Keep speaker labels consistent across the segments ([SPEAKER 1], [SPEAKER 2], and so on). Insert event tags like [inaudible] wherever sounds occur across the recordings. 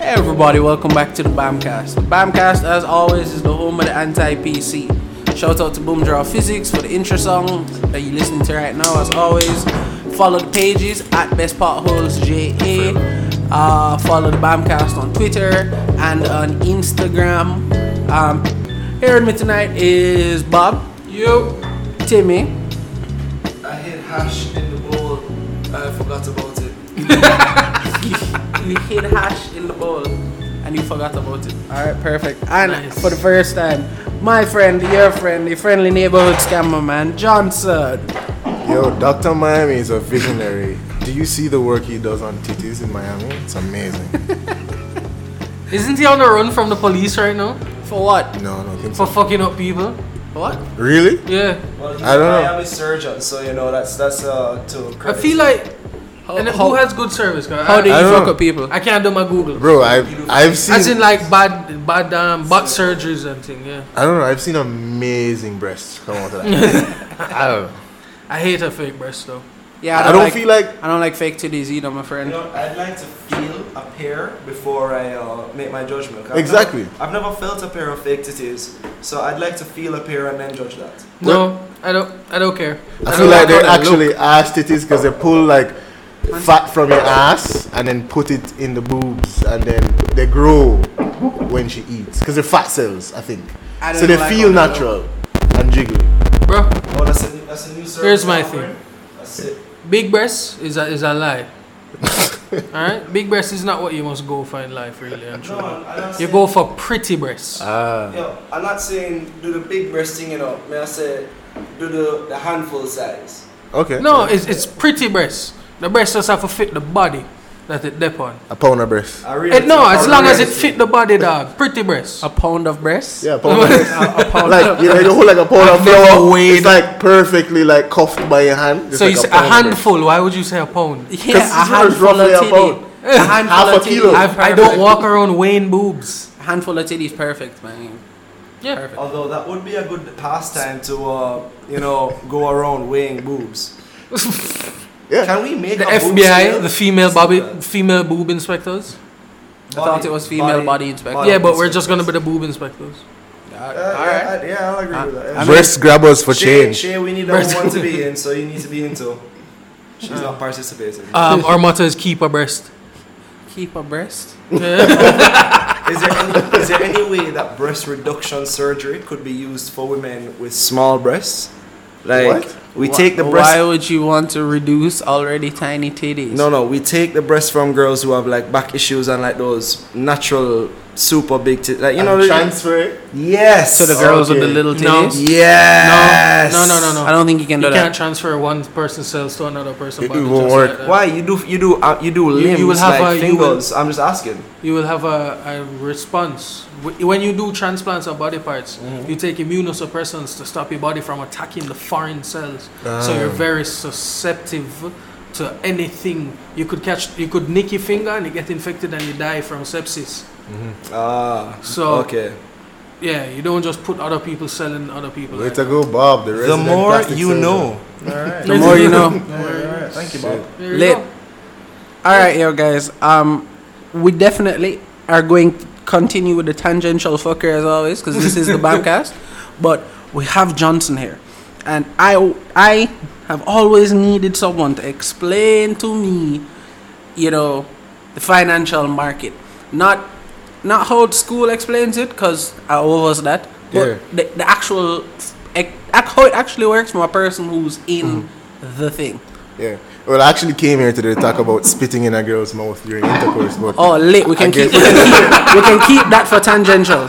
[SPEAKER 1] everybody, welcome back to the Bamcast. The Bamcast, as always, is the home of the anti-PC. Shout out to Boomdraw Physics for the intro song that you're listening to right now, as always. Follow the pages at Best Potholes JA. Uh, follow the Bamcast on Twitter and on Instagram. Um, here with me tonight is Bob,
[SPEAKER 2] Yo,
[SPEAKER 1] Timmy,
[SPEAKER 2] I hit hash in the bowl. I forgot about it.
[SPEAKER 1] you hid hash in the bowl and you forgot about it. All right, perfect. And for the first time, my friend, your friend, the friendly neighborhood scammer man, Johnson.
[SPEAKER 3] Yo, Dr. Miami is a visionary. Do you see the work he does on titties in Miami? It's amazing.
[SPEAKER 4] Isn't he on the run from the police right now?
[SPEAKER 1] For what?
[SPEAKER 3] No, I don't think
[SPEAKER 4] For
[SPEAKER 3] so.
[SPEAKER 4] fucking up people?
[SPEAKER 1] What?
[SPEAKER 3] Really?
[SPEAKER 4] Yeah.
[SPEAKER 2] Well, he's
[SPEAKER 3] I don't know.
[SPEAKER 2] a Miami surgeon, so you know that's that's uh to.
[SPEAKER 4] I
[SPEAKER 2] credit.
[SPEAKER 4] feel like. and
[SPEAKER 1] how-
[SPEAKER 4] who has good service? 'Cause
[SPEAKER 1] How do you
[SPEAKER 4] I,
[SPEAKER 3] I don't
[SPEAKER 1] fuck
[SPEAKER 3] know.
[SPEAKER 1] up people?
[SPEAKER 4] I can't do my Google.
[SPEAKER 3] Bro, I've, I've seen.
[SPEAKER 4] As in, like, bad, bad, um, butt surgeries and thing, yeah.
[SPEAKER 3] I don't know, I've seen amazing breasts come out of that. I don't know.
[SPEAKER 4] I hate a fake breast, though.
[SPEAKER 1] Yeah,
[SPEAKER 3] I don't,
[SPEAKER 1] like,
[SPEAKER 3] feel like.
[SPEAKER 1] I don't like fake titties either, my friend.
[SPEAKER 2] You know, I'd like to feel a pair before I uh, make my judgment. I've
[SPEAKER 3] Exactly.
[SPEAKER 2] Never, I've never felt a pair of fake titties, so I'd like to feel a pair and then judge that.
[SPEAKER 4] No, I don't I don't care.
[SPEAKER 3] I
[SPEAKER 4] don't
[SPEAKER 3] feel
[SPEAKER 4] know
[SPEAKER 3] like
[SPEAKER 4] how
[SPEAKER 3] they're
[SPEAKER 4] that look.
[SPEAKER 3] actually ass titties because they pull like fat from your ass and then put it in the boobs and then they grow when she eats because they're fat cells, I think.
[SPEAKER 1] I don't
[SPEAKER 3] so they
[SPEAKER 1] like
[SPEAKER 3] feel
[SPEAKER 1] how they
[SPEAKER 3] natural and jiggly.
[SPEAKER 4] Bro,
[SPEAKER 2] Oh, that's a, that's a new service.
[SPEAKER 4] Here's my
[SPEAKER 2] offering.
[SPEAKER 4] thing.
[SPEAKER 2] That's it.
[SPEAKER 4] big breasts is a, is a lie. Alright? Big breasts is not what you must go for in life, really. and
[SPEAKER 2] No,
[SPEAKER 4] truly.
[SPEAKER 2] I'm I'm not
[SPEAKER 4] You
[SPEAKER 2] saying,
[SPEAKER 4] go for pretty breasts.
[SPEAKER 2] Yo, I'm not saying do the big breast thing, you know. May I say do the, the handful size.
[SPEAKER 3] Okay.
[SPEAKER 4] No, it's, it's pretty breasts. The breasts just have to fit the body that it dep on.
[SPEAKER 3] A pound of breast.
[SPEAKER 2] I really
[SPEAKER 4] Eh, no,
[SPEAKER 2] I
[SPEAKER 4] as long as it
[SPEAKER 2] really-
[SPEAKER 4] fit the body, dog. Pretty breasts.
[SPEAKER 1] A pound of breasts?
[SPEAKER 2] [laughs]
[SPEAKER 3] Yeah,
[SPEAKER 2] uh,
[SPEAKER 3] pound of breast.
[SPEAKER 1] A, a pound
[SPEAKER 3] like
[SPEAKER 1] of
[SPEAKER 3] you know, you hold like a pound of
[SPEAKER 4] never
[SPEAKER 3] flour.
[SPEAKER 4] weighed.
[SPEAKER 3] It's like perfectly like cuffed by your hand. Just
[SPEAKER 4] So
[SPEAKER 3] like
[SPEAKER 4] you say a
[SPEAKER 3] pound of bread.
[SPEAKER 4] handful. Why would you say a pound?
[SPEAKER 1] [laughs] Yeah, a
[SPEAKER 3] it's
[SPEAKER 1] handful
[SPEAKER 3] roughly
[SPEAKER 1] of
[SPEAKER 3] a
[SPEAKER 1] titty.
[SPEAKER 3] pound.
[SPEAKER 1] A handful
[SPEAKER 3] [laughs] Half
[SPEAKER 1] of
[SPEAKER 3] a
[SPEAKER 1] titty.
[SPEAKER 3] kilo.
[SPEAKER 4] I've, I don't walk around weighing boobs.
[SPEAKER 1] A handful of titties, perfect, man.
[SPEAKER 4] Yeah.
[SPEAKER 1] Perfect.
[SPEAKER 2] Although that would be a good pastime to, uh, you know, go around weighing boobs.
[SPEAKER 3] Yeah,
[SPEAKER 2] Can we make
[SPEAKER 4] The
[SPEAKER 2] a boob
[SPEAKER 4] FBI,
[SPEAKER 2] scale?
[SPEAKER 4] the female bobby, female boob inspectors.
[SPEAKER 1] I thought it was female body inspector.
[SPEAKER 4] Yeah, but we're just gonna be the boob inspectors.
[SPEAKER 2] Uh, yeah, I, yeah, I'll agree with that. yeah.
[SPEAKER 3] breast grabbers Uh, for
[SPEAKER 2] Shay-
[SPEAKER 3] change.
[SPEAKER 2] Shay, we need a
[SPEAKER 4] Breast-
[SPEAKER 2] woman to be in, so you need to be into. She's not participating.
[SPEAKER 4] Um, our motto is keep abreast.
[SPEAKER 1] Keep a breast.
[SPEAKER 4] [laughs] Yeah.
[SPEAKER 2] Is there, any, is there any way that breast reduction surgery could be used for women with small breasts? Like
[SPEAKER 3] What?
[SPEAKER 2] we
[SPEAKER 1] Wh-
[SPEAKER 2] take the
[SPEAKER 1] Why
[SPEAKER 2] breast.
[SPEAKER 1] would you want to reduce already tiny titties?
[SPEAKER 2] No, no, we take the breast from girls who have like back issues and like those natural super big, tit like you know. the-
[SPEAKER 3] transfer it.
[SPEAKER 2] Yes.
[SPEAKER 1] To the girls with the
[SPEAKER 3] Okay.
[SPEAKER 1] little
[SPEAKER 4] No.
[SPEAKER 1] titties?
[SPEAKER 2] Yes.
[SPEAKER 4] No, no, no, no.
[SPEAKER 1] I don't think you can
[SPEAKER 4] You
[SPEAKER 1] do that.
[SPEAKER 4] can't transfer one person's cells to another person's
[SPEAKER 3] It
[SPEAKER 4] body.
[SPEAKER 3] won't
[SPEAKER 4] just
[SPEAKER 3] work.
[SPEAKER 4] like that.
[SPEAKER 2] Why you do you do uh, you do
[SPEAKER 4] You-
[SPEAKER 2] limbs
[SPEAKER 4] you will have
[SPEAKER 2] like
[SPEAKER 4] a- you will-
[SPEAKER 2] fingers? I'm just asking.
[SPEAKER 4] You will have a, a response Wh- when you do transplants of body parts.
[SPEAKER 1] Mm-hmm.
[SPEAKER 4] You take immunosuppressants to stop your body from attacking the foreign cells. So
[SPEAKER 1] Ah.
[SPEAKER 4] you're very susceptible to anything. You could catch, you could nick your finger and you get infected and you die from sepsis.
[SPEAKER 2] Ah.
[SPEAKER 4] So
[SPEAKER 2] okay.
[SPEAKER 4] yeah, you don't just put other people's cell in other people.
[SPEAKER 3] Way to go, Bob. The,
[SPEAKER 2] The
[SPEAKER 3] resident
[SPEAKER 2] more
[SPEAKER 3] plastic
[SPEAKER 2] you
[SPEAKER 3] surgeon.
[SPEAKER 2] know.
[SPEAKER 1] The more
[SPEAKER 4] [laughs]
[SPEAKER 1] you know.
[SPEAKER 2] Thank you, Bob.
[SPEAKER 4] There you
[SPEAKER 1] Lit.
[SPEAKER 4] go.
[SPEAKER 1] All right, yo guys. Um, we definitely are going to continue with the tangential fucker as always because this
[SPEAKER 4] [laughs]
[SPEAKER 1] is the Bamcast. But we have Johnson here, and I I have always needed someone to explain to me, you know, the financial market. Not not how school explains it because I was that, but
[SPEAKER 3] Yeah.
[SPEAKER 1] the, the actual ac- ac- how it actually works from a person who's in
[SPEAKER 4] Mm-hmm.
[SPEAKER 1] the thing.
[SPEAKER 3] Yeah. Well, I actually came here today to talk about spitting in a girl's mouth during intercourse, but
[SPEAKER 1] Oh, lit. We can
[SPEAKER 3] I
[SPEAKER 1] keep.
[SPEAKER 3] guess-
[SPEAKER 1] We can [laughs] keep, we can keep that for tangential.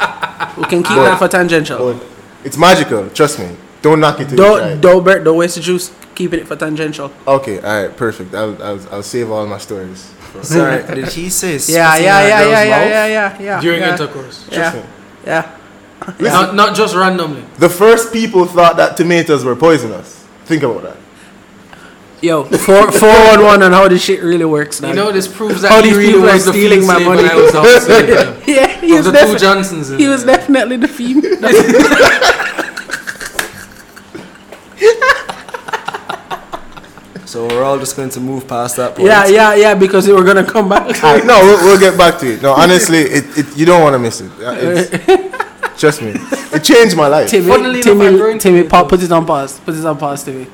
[SPEAKER 1] We can keep
[SPEAKER 3] But-
[SPEAKER 1] that for tangential.
[SPEAKER 3] but it's magical. Trust me. Don't knock it. till you try
[SPEAKER 1] Don't
[SPEAKER 3] it.
[SPEAKER 1] don't Bert, don't waste the juice. Keeping it for tangential.
[SPEAKER 3] Okay. All right. Perfect. I'll, I'll, I'll save all my stories.
[SPEAKER 2] Sorry, did he say
[SPEAKER 1] Yeah,
[SPEAKER 2] spitting
[SPEAKER 1] yeah,
[SPEAKER 2] in a
[SPEAKER 1] yeah,
[SPEAKER 2] girl's
[SPEAKER 1] yeah, yeah,
[SPEAKER 2] mouth?
[SPEAKER 1] yeah, yeah, yeah.
[SPEAKER 4] During
[SPEAKER 1] yeah,
[SPEAKER 4] intercourse,
[SPEAKER 1] Yeah, yeah.
[SPEAKER 4] not not just randomly.
[SPEAKER 3] The first people thought that tomatoes were poisonous. Think about that.
[SPEAKER 1] Yo, [laughs] four four one one on how this shit really works.
[SPEAKER 4] You
[SPEAKER 1] dog.
[SPEAKER 4] know this proves
[SPEAKER 1] How
[SPEAKER 4] that he
[SPEAKER 1] these
[SPEAKER 4] really
[SPEAKER 1] people are
[SPEAKER 4] was the
[SPEAKER 1] stealing
[SPEAKER 4] field
[SPEAKER 1] my
[SPEAKER 4] slave
[SPEAKER 1] money.
[SPEAKER 4] when I was out slave, yeah.
[SPEAKER 1] [laughs] yeah, he was,
[SPEAKER 4] Of the two
[SPEAKER 1] defi-
[SPEAKER 4] Johnsons. in
[SPEAKER 1] he was
[SPEAKER 4] there.
[SPEAKER 1] definitely the fiend.
[SPEAKER 2] So we're all just going to move past that
[SPEAKER 1] [laughs]
[SPEAKER 2] point.
[SPEAKER 1] Yeah, yeah, yeah, because they were gonna come back. to
[SPEAKER 3] Uh,
[SPEAKER 1] it.
[SPEAKER 3] no, we'll, we'll get back to it. No, honestly, it, it you don't want to miss it. Uh, It's, trust me, it changed my life.
[SPEAKER 1] [laughs]
[SPEAKER 3] Timmy,
[SPEAKER 1] Timmy,
[SPEAKER 4] Funnily enough, I'm
[SPEAKER 1] Timmy,
[SPEAKER 4] going
[SPEAKER 1] Timmy,
[SPEAKER 4] to-
[SPEAKER 1] pa- put it on pause. Put it on pause, Timmy.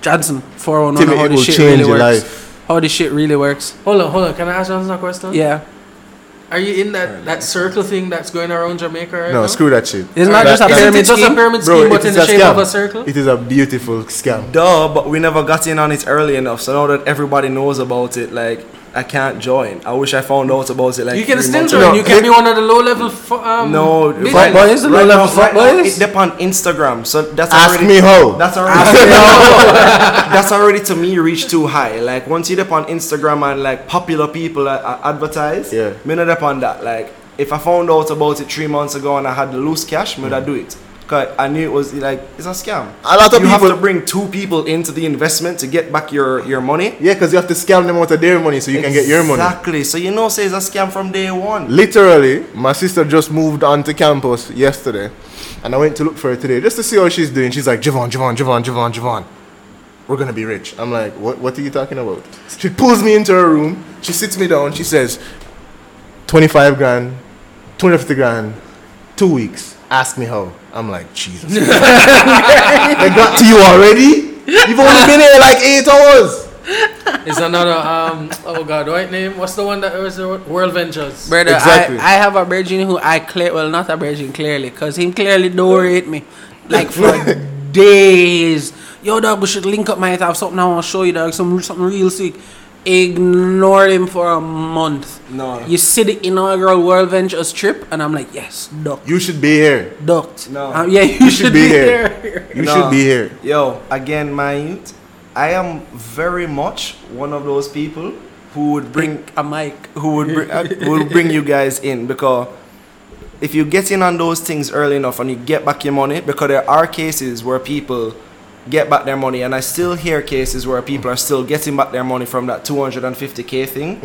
[SPEAKER 1] Johnson, 411, how
[SPEAKER 3] it will
[SPEAKER 1] this shit
[SPEAKER 3] change
[SPEAKER 1] really
[SPEAKER 3] your
[SPEAKER 1] works.
[SPEAKER 3] life.
[SPEAKER 1] How this shit really works.
[SPEAKER 4] Hold on, hold on. Can I ask Johnson a question?
[SPEAKER 1] Yeah.
[SPEAKER 4] Are you in that, that circle thing that's going around Jamaica right
[SPEAKER 3] No,
[SPEAKER 4] now?
[SPEAKER 3] screw that shit.
[SPEAKER 1] Isn't that
[SPEAKER 3] That-
[SPEAKER 1] just a
[SPEAKER 3] that-
[SPEAKER 4] Isn't
[SPEAKER 1] pyramid
[SPEAKER 4] it just a
[SPEAKER 1] scheme?
[SPEAKER 4] pyramid
[SPEAKER 3] Bro,
[SPEAKER 4] scheme,
[SPEAKER 3] it
[SPEAKER 4] but in
[SPEAKER 3] is
[SPEAKER 4] the
[SPEAKER 3] a
[SPEAKER 4] shape
[SPEAKER 3] scam.
[SPEAKER 4] of a circle?
[SPEAKER 3] It is a beautiful scam.
[SPEAKER 2] Duh, but we never got in on it early enough. So now that everybody knows about it, like I can't join. I wish I found out about it. Like
[SPEAKER 4] you can
[SPEAKER 2] three
[SPEAKER 4] still
[SPEAKER 2] months
[SPEAKER 4] join.
[SPEAKER 2] ago.
[SPEAKER 3] No,
[SPEAKER 4] you can
[SPEAKER 3] it-
[SPEAKER 4] be one of the low level. F- um,
[SPEAKER 2] No,
[SPEAKER 4] bitches.
[SPEAKER 2] right
[SPEAKER 1] Fuckboys?
[SPEAKER 2] now-
[SPEAKER 1] Is it
[SPEAKER 2] right
[SPEAKER 1] low
[SPEAKER 2] now-
[SPEAKER 1] level
[SPEAKER 2] right now,
[SPEAKER 1] fuckboys?
[SPEAKER 2] It depends on Instagram. So that's
[SPEAKER 3] Ask
[SPEAKER 2] already,
[SPEAKER 3] me how.
[SPEAKER 2] That's already. [laughs] that's already to me reach too high. Like once you dip on Instagram and like popular people that are advertise,
[SPEAKER 3] Yeah.
[SPEAKER 2] me not dip on that. Like if I found out about it three months ago and I had the loose cash, me would do it. Cause I knew it was like it's a scam.
[SPEAKER 3] Mm. A lot of
[SPEAKER 2] you have
[SPEAKER 3] people-
[SPEAKER 2] to bring two people into the investment to get back your your money.
[SPEAKER 3] Yeah, because you have to scam them out of their money so you can get your money.
[SPEAKER 2] Exactly. So you know, say it's a scam from day one.
[SPEAKER 3] Literally, my sister just moved onto campus yesterday, and I went to look for her today just to see how she's doing. She's like, Javon, Javon, Javon, Javon, Javon, we're gonna be rich. I'm like, what? What are you talking about? She pulls me into her room. She sits me down. She says, twenty-five grand, twenty-fifty grand, two weeks. Ask me how. I'm like, Jesus. I got to you already. You've only been here like eight hours.
[SPEAKER 4] It's another. Um, oh God, right name? What's the one that was the World Ventures?
[SPEAKER 1] Brother,
[SPEAKER 3] Exactly.
[SPEAKER 1] I, I have a virgin who I clear, well, not a virgin, clearly, because him clearly don't rate me. Like, for days. Yo, dog, we should link up, man. I have something I want to show you, dog. Some, something real sick. Ignore him for a month.
[SPEAKER 2] No.
[SPEAKER 1] You see the inaugural World Ventures trip, and I'm like, yes, duck,
[SPEAKER 3] You should be here.
[SPEAKER 1] ducked.
[SPEAKER 2] No.
[SPEAKER 1] Um, yeah, you,
[SPEAKER 3] You
[SPEAKER 1] should, be, here.
[SPEAKER 3] You
[SPEAKER 2] No.
[SPEAKER 3] should be here.
[SPEAKER 2] Yo, again, my youth, I am very much one of those people who would bring
[SPEAKER 1] a mic.
[SPEAKER 2] who would bring, who would bring you guys in because if you get in on those things early enough and you get back your money, because there are cases where people get back their money, and I still hear cases where people are still getting back their money from that 250k thing.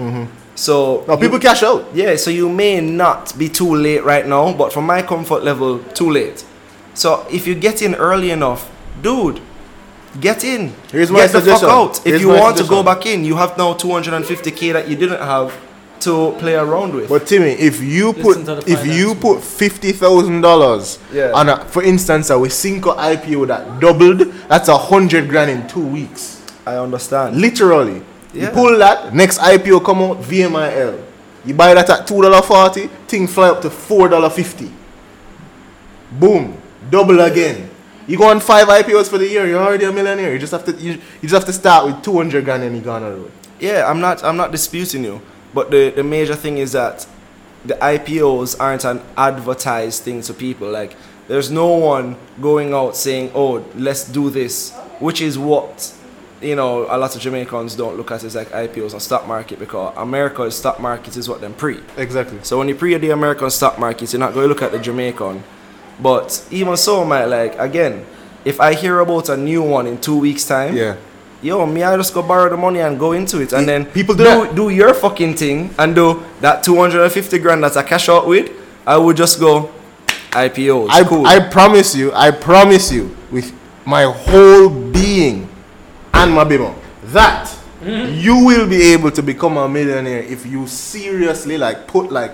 [SPEAKER 2] So
[SPEAKER 3] Mm-hmm. No, people cash out.
[SPEAKER 2] yeah, so you may not be too late right now, but for my comfort level, too late. So if you get in early enough, dude, get in.
[SPEAKER 3] Here's my
[SPEAKER 2] get the fuck
[SPEAKER 3] suggestion.
[SPEAKER 2] out. If
[SPEAKER 3] Here's
[SPEAKER 2] you
[SPEAKER 3] my
[SPEAKER 2] want to go
[SPEAKER 3] suggestion.
[SPEAKER 2] back in, you have now 250k that you didn't have to play around with.
[SPEAKER 3] But Timmy, if you
[SPEAKER 4] Listen to
[SPEAKER 3] put
[SPEAKER 4] the
[SPEAKER 3] if you
[SPEAKER 4] finance
[SPEAKER 3] put fifty thousand dollars
[SPEAKER 2] Yeah.
[SPEAKER 3] on a, for instance a Wisinco IPO that doubled, that's a hundred grand in two weeks.
[SPEAKER 2] I understand.
[SPEAKER 3] Literally. You
[SPEAKER 2] Yeah.
[SPEAKER 3] pull that, next IPO come out, VMIL. You buy that at two dollar forty, thing fly up to four dollar fifty. Boom. Double again. You go on five IPOs for the year, you're already a millionaire. You just have to you, you just have to start with two hundred grand and you go on the road.
[SPEAKER 2] Yeah, I'm not I'm not disputing you. But the, the major thing is that the IPOs aren't an advertised thing to people. Like there's no one going out saying, Oh, let's do this which is what you know, a lot of Jamaicans don't look at it as like IPOs on stock market because America's stock market is what them pre.
[SPEAKER 3] Exactly.
[SPEAKER 2] So when you pre the American stock market, you're not going to look at the Jamaican. But even so, my like again, if I hear about a new one in two weeks' time,
[SPEAKER 3] Yeah.
[SPEAKER 2] yo, me, I just go borrow the money and go into it, and then
[SPEAKER 3] people do
[SPEAKER 2] do
[SPEAKER 3] that.
[SPEAKER 2] do your fucking thing and do that two hundred and fifty grand that I cash out with. I would just go IPOs.
[SPEAKER 3] I,
[SPEAKER 2] cool.
[SPEAKER 3] I promise you, I promise you, with my whole being and my bimo, that
[SPEAKER 2] Mm-hmm.
[SPEAKER 3] you will be able to become a millionaire if you seriously like put like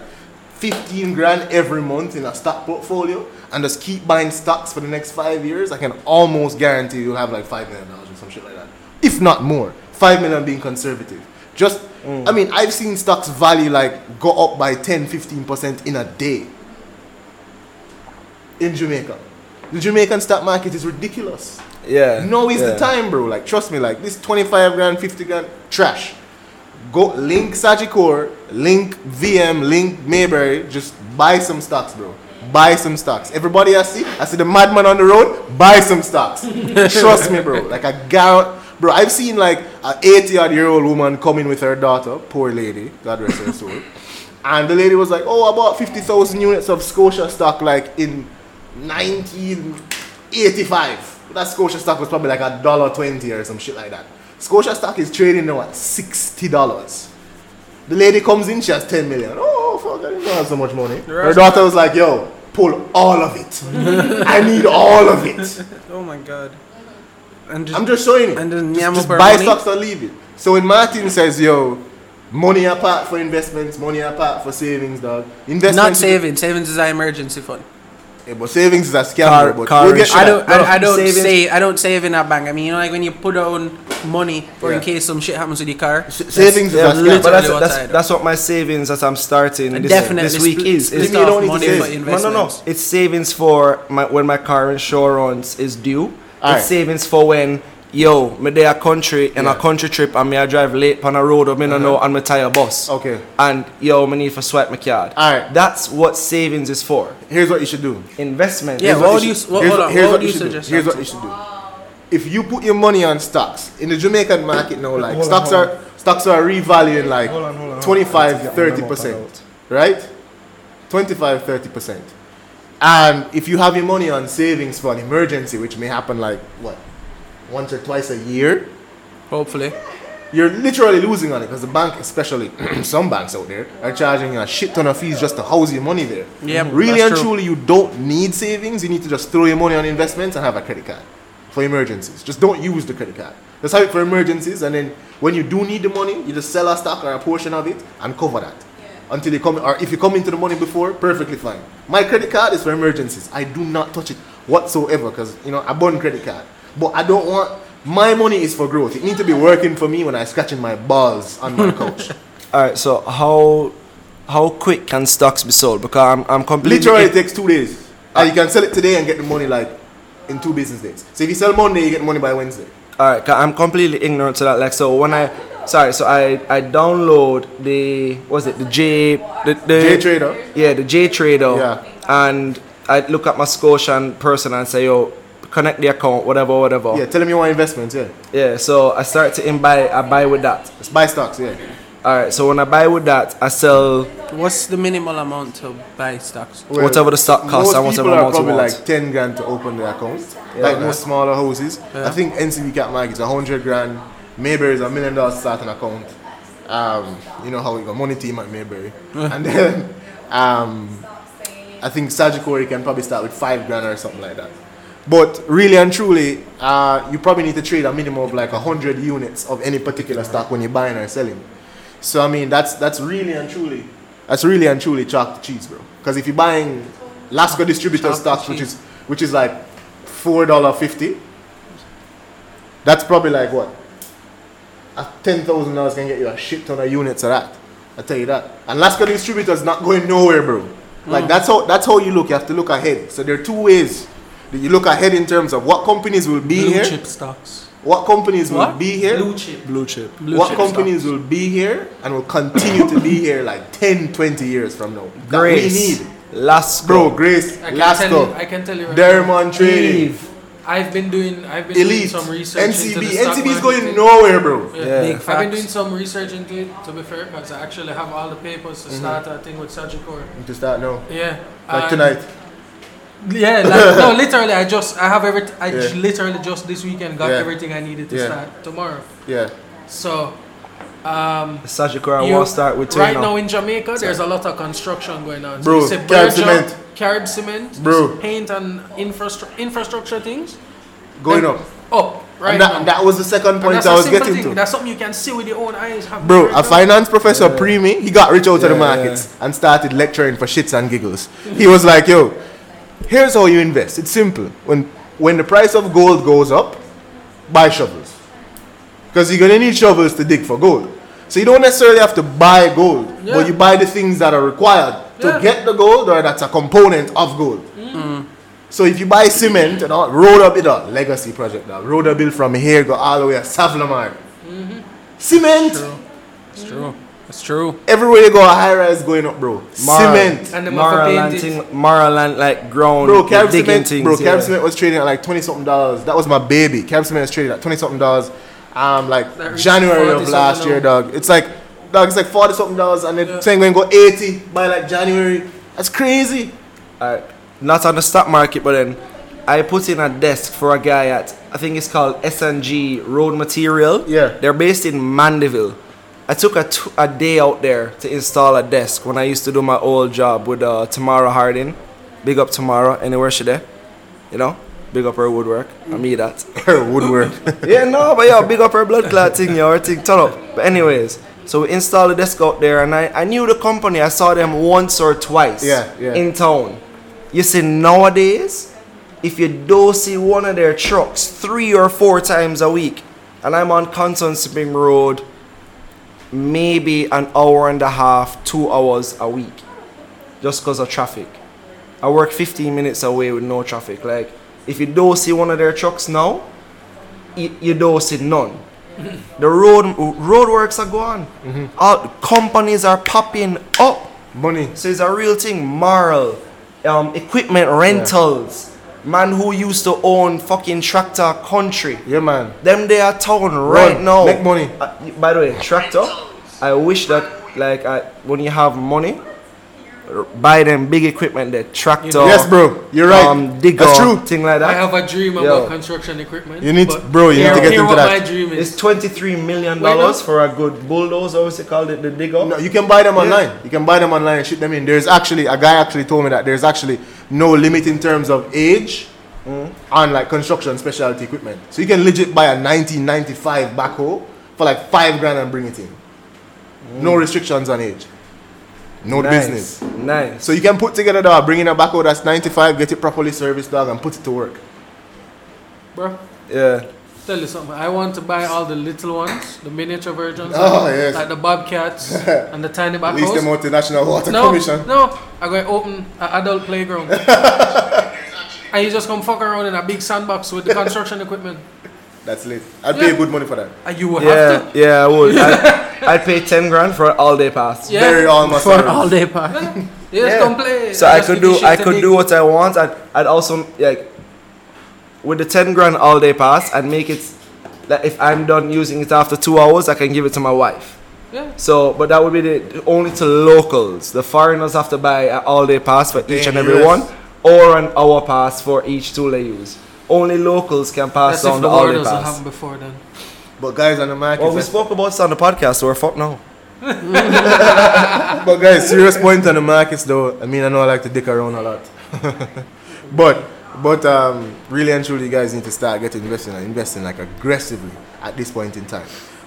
[SPEAKER 3] 15 grand every month in a stock portfolio and just keep buying stocks for the next five years. I can almost guarantee you'll have like five million dollars or some shit like that, if not more. Five million being conservative. Just,
[SPEAKER 2] Mm.
[SPEAKER 3] I mean, I've seen stocks value like go up by 10 15% in a day in Jamaica. The Jamaican stock market is ridiculous.
[SPEAKER 2] yeah.
[SPEAKER 3] Now is
[SPEAKER 2] yeah.
[SPEAKER 3] the time, bro. Like, trust me, like this 25 grand, 50 grand, trash. Go link Sagicor, link VM, link Mayberry, just buy some stocks, bro. Buy some stocks. Everybody I see, I see the madman on the road, buy some
[SPEAKER 2] [laughs]
[SPEAKER 3] stocks. trust me, bro. Like I guarantee bro, I've seen like an 80 odd year old woman coming with her daughter, poor lady, God rest her soul. And the lady was like, Oh, I bought 50,000 units of Scotia stock like in 1985. That Scotia stock was probably like a dollar twenty or some shit like that. Scotia stock is trading now at sixty dollars. The lady comes in, she has ten million. Oh fuck, I didn't have so much money. Her daughter was like, "Yo,
[SPEAKER 1] [laughs]
[SPEAKER 3] pull all of it. I need all of it."
[SPEAKER 1] Oh my god. And just,
[SPEAKER 3] I'm just showing you.
[SPEAKER 1] And then
[SPEAKER 3] just,
[SPEAKER 1] yam
[SPEAKER 3] just
[SPEAKER 1] up our
[SPEAKER 3] buy
[SPEAKER 1] money.
[SPEAKER 3] stocks and leave it. So when Martin says, "Yo, money apart for investments, money apart for savings, dog." Investments
[SPEAKER 1] not saving. Savings is our emergency fund.
[SPEAKER 3] Yeah, but savings is a scam.
[SPEAKER 2] Car-
[SPEAKER 3] but
[SPEAKER 2] car
[SPEAKER 3] we'll get
[SPEAKER 1] I
[SPEAKER 2] insurance.
[SPEAKER 1] don't.
[SPEAKER 3] to that.
[SPEAKER 2] Bro,
[SPEAKER 1] I, I don't
[SPEAKER 2] savings-
[SPEAKER 1] save. I don't save in a bank. I mean, you know, like when you put down money for in
[SPEAKER 3] Yeah.
[SPEAKER 1] case some shit happens with your car.
[SPEAKER 3] savings
[SPEAKER 2] Yeah,
[SPEAKER 3] is a
[SPEAKER 1] literally
[SPEAKER 3] scam.
[SPEAKER 2] but that's,
[SPEAKER 1] what
[SPEAKER 2] that's,
[SPEAKER 1] I do.
[SPEAKER 2] that's what my savings that I'm starting this,
[SPEAKER 1] Definitely
[SPEAKER 2] this week
[SPEAKER 1] split-
[SPEAKER 2] is.
[SPEAKER 1] split
[SPEAKER 2] is
[SPEAKER 3] you don't
[SPEAKER 1] off
[SPEAKER 3] need to
[SPEAKER 1] money
[SPEAKER 3] save.
[SPEAKER 1] for
[SPEAKER 3] No, no,
[SPEAKER 2] no, no,
[SPEAKER 1] investments.
[SPEAKER 2] no. It's savings for my, when my car insurance is due.
[SPEAKER 3] Alright.
[SPEAKER 2] It's savings for when, yo, me day a country and a country trip and me I drive late on a road or me no know and me tie a bus.
[SPEAKER 3] Uh-huh. Okay.
[SPEAKER 2] And yo, me need for swipe my card.
[SPEAKER 3] Alright.
[SPEAKER 2] That's what savings is for.
[SPEAKER 3] Here's what you should do.
[SPEAKER 2] Investment.
[SPEAKER 1] Yeah,
[SPEAKER 2] Is
[SPEAKER 1] what
[SPEAKER 2] what
[SPEAKER 1] would
[SPEAKER 2] it
[SPEAKER 1] you
[SPEAKER 2] should-
[SPEAKER 1] s- what-
[SPEAKER 3] here's
[SPEAKER 1] hold
[SPEAKER 3] what,
[SPEAKER 1] on,
[SPEAKER 3] here's
[SPEAKER 1] what would
[SPEAKER 3] what you
[SPEAKER 1] you
[SPEAKER 3] should do.
[SPEAKER 1] suggest?
[SPEAKER 3] Here's
[SPEAKER 1] them
[SPEAKER 3] what you should do. If you put your money on stocks in the Jamaican market now, like
[SPEAKER 2] Hold on,
[SPEAKER 3] stocks
[SPEAKER 2] hold
[SPEAKER 3] are stocks are revaluing like
[SPEAKER 2] Hold on, hold on, hold on.
[SPEAKER 3] 25,
[SPEAKER 2] Get my memo
[SPEAKER 3] 30 percent,
[SPEAKER 2] out.
[SPEAKER 3] right? 25, 30 percent. And if you have your money on savings for an emergency, which may happen like what once or twice a year,
[SPEAKER 1] to? Hopefully,
[SPEAKER 3] you're literally losing on it because the bank, especially [clears throat] some banks out there, are charging you a shit ton of fees just to house your money there.
[SPEAKER 1] Yeah,
[SPEAKER 3] really
[SPEAKER 1] that's
[SPEAKER 3] and
[SPEAKER 1] true.
[SPEAKER 3] truly, you don't need savings. You need to just throw your money on investments and have a credit card for emergencies. Just don't use the credit card. Just have it for emergencies, and then when you do need the money, you just sell a stock or a portion of it and cover that until you come. Or if you come into the money before, perfectly fine. My credit card is for emergencies. I do not touch it whatsoever because you know I burn credit card, but I don't want. My money is for growth. It need to be working for me when I'm scratching my balls on my couch.
[SPEAKER 2] All right, so how how quick can stocks be sold? Because I'm, I'm completely
[SPEAKER 3] Literally, it takes two days. And you can sell it today and get the money like in two business days. So if you sell Monday, you get money by Wednesday.
[SPEAKER 2] All right, 'cause I'm completely ignorant to that. Like, so when I, sorry, so I, I download the, was it the J, the, the
[SPEAKER 3] J Trader.
[SPEAKER 2] yeah, the J Trader,
[SPEAKER 3] Yeah.
[SPEAKER 2] and I look at my Scotian person and say, yo, connect the account, whatever, whatever.
[SPEAKER 3] Yeah,
[SPEAKER 2] Yeah.
[SPEAKER 3] tell them you want investments. Yeah,
[SPEAKER 2] so I start to in buy, I buy with that.
[SPEAKER 3] just buy stocks. Yeah,
[SPEAKER 2] All right, so when I buy with that, I sell
[SPEAKER 1] what's the minimal amount to buy stocks?
[SPEAKER 3] Well,
[SPEAKER 2] Whatever the stock costs
[SPEAKER 3] most
[SPEAKER 2] and whatever
[SPEAKER 3] people are
[SPEAKER 2] amount you
[SPEAKER 3] probably
[SPEAKER 2] want.
[SPEAKER 3] like ten grand to open their account. like most smaller houses, I think NCB Cap Market is a hundred grand. Mayberry is a million dollars to start an account. Um, you know how we got money team at Mayberry, and then um, I think Sagicori can probably start with five grand or something like that. But really and truly, uh, you probably need to trade a minimum of like hundred units of any particular stock when you're buying or selling. So I mean, that's that's really and truly, that's really and truly chalk to cheese, bro. Because if you're buying Lasco distributor
[SPEAKER 1] Chalk to
[SPEAKER 3] stocks, which
[SPEAKER 1] cheese.
[SPEAKER 3] is which is like four dollar fifty, that's probably like what a ten thousand dollars can get you a shit ton of units of that. I tell you that. And Lasco distributor's not going nowhere, bro.
[SPEAKER 4] Mm.
[SPEAKER 3] Like that's how that's how you look. You have to look ahead. So there are two ways. that You look ahead in terms of what companies will be
[SPEAKER 4] Blue
[SPEAKER 3] here,
[SPEAKER 4] chip stocks.
[SPEAKER 3] what companies will
[SPEAKER 1] What?
[SPEAKER 3] be here,
[SPEAKER 4] Blue chip.
[SPEAKER 2] blue chip.
[SPEAKER 4] Blue
[SPEAKER 3] what
[SPEAKER 4] chip
[SPEAKER 3] companies will be here and will continue to be here like [coughs] 10, 20 years from now. That
[SPEAKER 2] Grace,
[SPEAKER 3] we need.
[SPEAKER 2] Lasco,
[SPEAKER 3] Bro, Grace,
[SPEAKER 4] I can tell you.
[SPEAKER 3] Lasco,
[SPEAKER 4] I can tell you. Right now,
[SPEAKER 3] Dermon Trading,
[SPEAKER 2] Eve.
[SPEAKER 4] I've been doing. I've been doing
[SPEAKER 3] Elite,
[SPEAKER 4] some research into the
[SPEAKER 3] NCB.
[SPEAKER 4] stock
[SPEAKER 3] NCB is
[SPEAKER 4] market.
[SPEAKER 3] going nowhere, bro.
[SPEAKER 4] Yeah.
[SPEAKER 2] Yeah. Big
[SPEAKER 4] I've been
[SPEAKER 1] facts.
[SPEAKER 4] doing some research into it, to be fair, because I actually have all the papers to start a thing with Sagicor.
[SPEAKER 3] To start now.
[SPEAKER 4] Yeah.
[SPEAKER 3] Mm-hmm. Like
[SPEAKER 4] and-
[SPEAKER 3] tonight.
[SPEAKER 4] Yeah,
[SPEAKER 3] [laughs]
[SPEAKER 4] like, no, literally, I just, I have everything, I
[SPEAKER 3] Yeah.
[SPEAKER 4] j- literally just this weekend got
[SPEAKER 3] Yeah.
[SPEAKER 4] everything I needed to
[SPEAKER 3] Yeah.
[SPEAKER 4] start tomorrow.
[SPEAKER 3] Yeah.
[SPEAKER 4] So, um,
[SPEAKER 2] Sagicor, I
[SPEAKER 4] you-
[SPEAKER 2] want to start with two
[SPEAKER 4] right
[SPEAKER 2] now.
[SPEAKER 4] now in Jamaica, there's a lot of construction going on.
[SPEAKER 3] Bro,
[SPEAKER 4] it's a
[SPEAKER 3] Carib
[SPEAKER 4] Berger,
[SPEAKER 3] Cement.
[SPEAKER 4] Carib cement,
[SPEAKER 3] Bro.
[SPEAKER 4] this paint and infrastru- infrastructure things.
[SPEAKER 3] Going
[SPEAKER 4] Then-
[SPEAKER 3] up.
[SPEAKER 4] Oh, right
[SPEAKER 3] and, that,
[SPEAKER 4] now.
[SPEAKER 3] and that was the second
[SPEAKER 4] And
[SPEAKER 3] point
[SPEAKER 4] that's
[SPEAKER 3] I
[SPEAKER 4] a
[SPEAKER 3] was
[SPEAKER 4] simple
[SPEAKER 3] getting
[SPEAKER 4] thing.
[SPEAKER 3] to.
[SPEAKER 4] That's something you can see with your own eyes. happening
[SPEAKER 3] Bro,
[SPEAKER 4] right
[SPEAKER 3] a
[SPEAKER 4] now.
[SPEAKER 3] finance professor pre me, he got rich out of the
[SPEAKER 2] Yeah,
[SPEAKER 3] markets and started lecturing for shits and giggles. He was like, yo, here's how you invest. It's simple. When when the price of gold goes up, buy shovels. Because you're gonna need shovels to dig for gold. So you don't necessarily have to buy gold,
[SPEAKER 4] Yeah.
[SPEAKER 3] but you buy the things that are required to
[SPEAKER 4] Yeah. Mm.
[SPEAKER 3] get the gold or that's a component of gold. So if you buy cement and all, road up it all, legacy project now. Road up bill from here go all the way to Savlamar.
[SPEAKER 4] Mm-hmm.
[SPEAKER 3] Cement
[SPEAKER 1] It's true. It's true.
[SPEAKER 3] Everywhere you go, high rise going up, bro.
[SPEAKER 2] Mara-
[SPEAKER 3] Cement.
[SPEAKER 4] And the
[SPEAKER 2] Mara
[SPEAKER 4] Muffa
[SPEAKER 2] land
[SPEAKER 4] painted.
[SPEAKER 2] thing- Mara land like ground.
[SPEAKER 3] Bro, Cab
[SPEAKER 2] digging
[SPEAKER 3] Cement,
[SPEAKER 2] things,
[SPEAKER 3] bro, Cab
[SPEAKER 2] yeah.
[SPEAKER 3] Cement was trading at like 20 something dollars. That was my baby. Cab Cement was trading at 20 something dollars. Um, like
[SPEAKER 4] That reached
[SPEAKER 3] January
[SPEAKER 4] 40
[SPEAKER 3] of last
[SPEAKER 4] something
[SPEAKER 3] year,
[SPEAKER 4] now.
[SPEAKER 3] dog. It's like, dog, it's like 40 something dollars and
[SPEAKER 4] Yeah.
[SPEAKER 3] it's saying going to go 80 by like January. That's crazy.
[SPEAKER 2] Alright, not on the stock market, but then I put in a desk for a guy at I think it's called S and G Road Material.
[SPEAKER 3] Yeah.
[SPEAKER 2] they're based in Mandeville. I took a t- a day out there to install a desk when I used to do my old job with uh, Tamara Harding. Big up Tamara, anywhere she there, you know. Big up her woodwork. I mean that.
[SPEAKER 3] Her woodwork.
[SPEAKER 2] [laughs] yeah, no, but yo, big up her blood clot thing, yo, her thing, turn up. But anyways, so we installed the desk out there, and I, I knew the company. I saw them once or twice.
[SPEAKER 3] Yeah, yeah.
[SPEAKER 2] In town. You see, nowadays, if you do see one of their trucks three or four times a week, and I'm on Constant Spring Road, maybe an hour and a half, two hours a week, just because of traffic. I work 15 minutes away with no traffic. Like, if you do see one of their trucks now, you, you don't see none. the road road works are gone.
[SPEAKER 3] Mm-hmm.
[SPEAKER 2] All companies are popping up.
[SPEAKER 3] Money.
[SPEAKER 2] So it's a real thing. Moral, um, equipment rentals. Man who used to own fucking tractor country.
[SPEAKER 3] Yeah, man.
[SPEAKER 2] Them they are town right
[SPEAKER 3] Run.
[SPEAKER 2] now.
[SPEAKER 3] Make money.
[SPEAKER 2] Uh, by the way, tractor. I wish that like I, when you have money, r- buy them big equipment. That tractor.
[SPEAKER 3] Yes, bro. You're right.
[SPEAKER 2] Um, digger.
[SPEAKER 3] That's true.
[SPEAKER 2] Thing like
[SPEAKER 4] I
[SPEAKER 2] that.
[SPEAKER 4] have a dream
[SPEAKER 2] Yo.
[SPEAKER 4] about construction equipment.
[SPEAKER 3] You need-
[SPEAKER 4] but
[SPEAKER 3] bro, you need
[SPEAKER 4] hear-
[SPEAKER 3] to get
[SPEAKER 4] hear
[SPEAKER 3] into
[SPEAKER 4] what
[SPEAKER 3] that.
[SPEAKER 4] My dream
[SPEAKER 2] It's
[SPEAKER 4] is.
[SPEAKER 2] twenty-three million
[SPEAKER 4] Wait, no.
[SPEAKER 2] dollars for a good bulldozer. What's it called? It the digger.
[SPEAKER 3] No, you can buy them
[SPEAKER 2] Yeah.
[SPEAKER 3] online. You can buy them online and ship them in. There's actually a guy actually told me that there's actually no limit in terms of age on like construction specialty equipment. So you can legit buy a 1995 backhoe for like five grand and bring it in. No restrictions on age. No
[SPEAKER 2] nice.
[SPEAKER 3] business.
[SPEAKER 2] Nice.
[SPEAKER 3] So you can put together dog, bring in a backhoe that's 95, get it properly serviced dog, and put it to work.
[SPEAKER 4] Bro,
[SPEAKER 2] Yeah.
[SPEAKER 4] tell you something. I want to buy all the little ones, the miniature versions.
[SPEAKER 3] Oh, yes.
[SPEAKER 4] Like the
[SPEAKER 3] [laughs]
[SPEAKER 4] Bobcats and the tiny
[SPEAKER 3] Lease them
[SPEAKER 4] backhoes.
[SPEAKER 3] out to National Water
[SPEAKER 4] No,
[SPEAKER 3] Commission.
[SPEAKER 4] no. I'm going to open an adult
[SPEAKER 3] [laughs]
[SPEAKER 4] playground. and you just come fuck around in a big sandbox with the construction equipment.
[SPEAKER 3] That's lit. I'd pay
[SPEAKER 4] Yeah.
[SPEAKER 3] good money for that.
[SPEAKER 4] And you will have
[SPEAKER 2] Yeah.
[SPEAKER 4] to.
[SPEAKER 2] Yeah. I would. I'd, [laughs] I'd pay ten grand for an all-day pass.
[SPEAKER 4] Yeah.
[SPEAKER 3] Very almost.
[SPEAKER 1] for all day part.
[SPEAKER 4] Yeah. You just
[SPEAKER 2] Yeah.
[SPEAKER 4] come play.
[SPEAKER 2] So
[SPEAKER 4] You
[SPEAKER 2] I
[SPEAKER 4] just
[SPEAKER 2] could
[SPEAKER 4] give
[SPEAKER 2] do
[SPEAKER 4] the shit
[SPEAKER 2] I
[SPEAKER 4] to
[SPEAKER 2] could
[SPEAKER 4] dig.
[SPEAKER 2] do what I want. I'd, I'd also like with the ten grand all day pass. I'd make it like if I'm done using it after two hours, I can give it to my wife.
[SPEAKER 4] Yeah.
[SPEAKER 2] So, but that would be the only to locals. The foreigners have to buy an all day pass for each and every
[SPEAKER 3] Dangerous.
[SPEAKER 2] one, or an hour pass for each tool they use. Only locals can pass
[SPEAKER 4] That's if
[SPEAKER 2] on the
[SPEAKER 4] the
[SPEAKER 2] all
[SPEAKER 4] war
[SPEAKER 2] day
[SPEAKER 4] doesn't
[SPEAKER 2] pass.
[SPEAKER 4] happen before then.
[SPEAKER 3] But guys on the market.
[SPEAKER 2] Well, we spoke about this on the podcast, so we're fucked now.
[SPEAKER 3] [laughs] But guys, serious point on the markets though. I mean, I know I like to dick around a lot, [laughs] but but um, really and truly, you guys need to start getting investing and investing like aggressively at this point in time.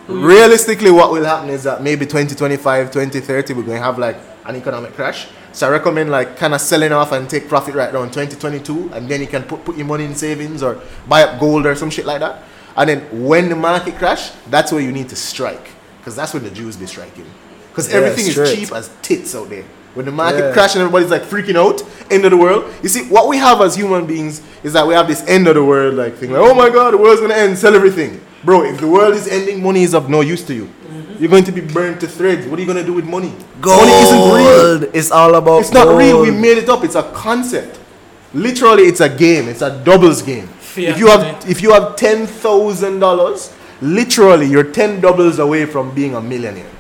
[SPEAKER 2] Mm.
[SPEAKER 3] Realistically, what will happen is that maybe 2025, 2030, we're going to have like an economic crash. So I recommend like kind of selling off and take profit right around 2022, and then you can put, put your money in savings or buy up gold or some shit like that. And then when the market crash, that's where you need to strike because that's when the Jews be striking. Because
[SPEAKER 2] Yeah,
[SPEAKER 3] everything is
[SPEAKER 2] straight.
[SPEAKER 3] cheap as tits out there. When the market
[SPEAKER 2] Yeah.
[SPEAKER 3] crashes and everybody's like freaking out, end of the world. You see, what we have as human beings is that we have this end of the world like thing. Like, oh my god, the world's gonna end, sell everything. Bro, if the world is ending, money is of no use to you. You're going to be burned to threads. What are you gonna do with money? Money isn't real.
[SPEAKER 2] Gold is all about.
[SPEAKER 3] It's not real. We
[SPEAKER 2] gold.
[SPEAKER 3] made it up. It's a concept. Literally, it's a game. It's a doubles game.
[SPEAKER 4] Fiat
[SPEAKER 3] if you
[SPEAKER 4] money.
[SPEAKER 3] have if you have ten thousand dollars, literally you're ten doubles away from being a millionaire. [laughs]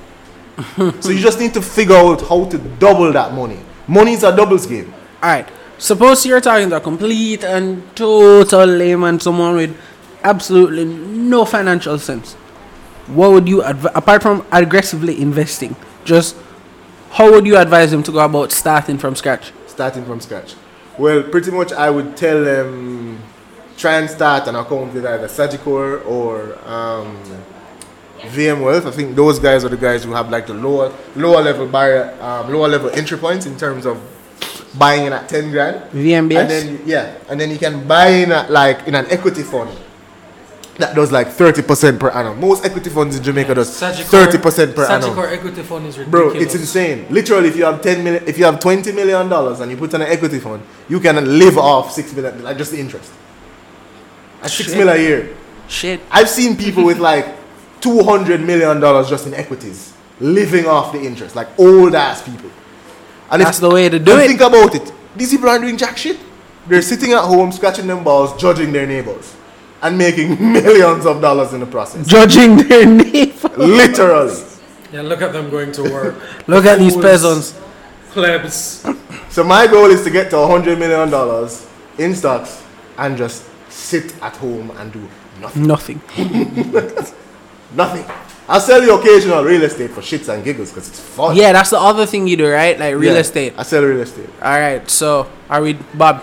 [SPEAKER 3] so you just need to figure out how to double that money. Money is a doubles game.
[SPEAKER 1] All right. Suppose you're talking to a complete and total layman, someone with absolutely no financial sense. What would you adv- apart from aggressively investing? Just how would you advise them to go about starting from scratch?
[SPEAKER 3] starting from scratch? Well, pretty much I would tell them try and start an account with either Sagicor or um, VM Wealth. I think those guys are the guys who have like the lower lower level buyer um, lower level entry points in terms of buying in at ten grand.
[SPEAKER 1] VMBS.
[SPEAKER 3] And then yeah, and then you can buy in at like in an equity fund. That does like thirty percent per annum. Most equity funds in Jamaica does thirty percent per annum.
[SPEAKER 4] Sagicor equity fund is
[SPEAKER 3] Bro,
[SPEAKER 4] ridiculous.
[SPEAKER 3] it's insane. Literally, if you have ten million, if you have twenty million dollars and you put on an equity fund, you can live off six million, like just the interest. At six
[SPEAKER 1] Shit.
[SPEAKER 3] mil a year.
[SPEAKER 1] Shit.
[SPEAKER 3] I've seen people with like [laughs] two hundred million dollars just in equities, living off the interest, like old ass people. And
[SPEAKER 1] That's the way to do
[SPEAKER 3] and
[SPEAKER 1] it.
[SPEAKER 3] Think about it. These people aren't doing jack shit. They're sitting at home scratching them balls, judging their neighbors, and making [laughs] millions of dollars in the process.
[SPEAKER 1] Judging their [laughs] neighbor.
[SPEAKER 3] Literally.
[SPEAKER 4] Yeah, look at them going to work.
[SPEAKER 1] [laughs] Look at these
[SPEAKER 4] Fools.
[SPEAKER 1] peasants.
[SPEAKER 4] Plebs.
[SPEAKER 3] So my goal is to get to hundred million dollars in stocks and just sit at home and do nothing.
[SPEAKER 1] Nothing.
[SPEAKER 3] Nothing. I'll sell you occasional real estate for shits and giggles because it's fun.
[SPEAKER 1] Yeah, that's the other thing you do, right? Like real
[SPEAKER 3] Yeah,
[SPEAKER 1] estate.
[SPEAKER 3] I sell real estate.
[SPEAKER 1] All right. So, are we Bob?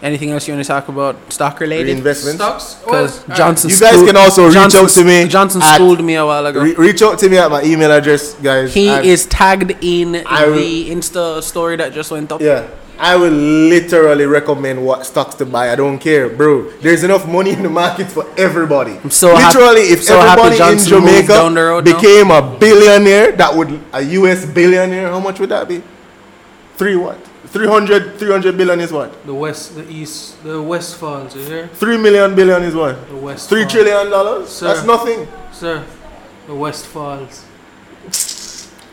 [SPEAKER 1] Anything else you want to talk about stock related?
[SPEAKER 3] Reinvestment.
[SPEAKER 4] Stocks? Well, uh,
[SPEAKER 1] Because
[SPEAKER 4] alright.
[SPEAKER 1] Johnson,
[SPEAKER 3] You guys
[SPEAKER 1] schooled-
[SPEAKER 3] can also reach
[SPEAKER 1] Johnson,
[SPEAKER 3] out to me
[SPEAKER 1] Johnson
[SPEAKER 3] at-
[SPEAKER 1] schooled me a while ago.
[SPEAKER 3] Re- reach out to me at my email address, guys.
[SPEAKER 1] he
[SPEAKER 3] and-
[SPEAKER 1] is tagged in
[SPEAKER 3] I will-
[SPEAKER 1] the Insta story that just went up.
[SPEAKER 3] Yeah. I will literally recommend what stocks to buy. I don't care, bro. There's enough money in the market for everybody.
[SPEAKER 1] I'm so hap-
[SPEAKER 3] literally, if
[SPEAKER 1] so happy
[SPEAKER 3] everybody in
[SPEAKER 1] Johnson moved
[SPEAKER 3] Jamaica
[SPEAKER 1] down the road now.
[SPEAKER 3] became a billionaire, that would a US billionaire. How much would that be? Three what? 300, 300 billion is what?
[SPEAKER 4] The West, the East, the West funds, you hear?
[SPEAKER 3] Three million billion is what?
[SPEAKER 4] The West.
[SPEAKER 3] Three
[SPEAKER 4] Falls.
[SPEAKER 3] trillion dollars?
[SPEAKER 4] Sir.
[SPEAKER 3] That's nothing.
[SPEAKER 4] Sir, the West Falls.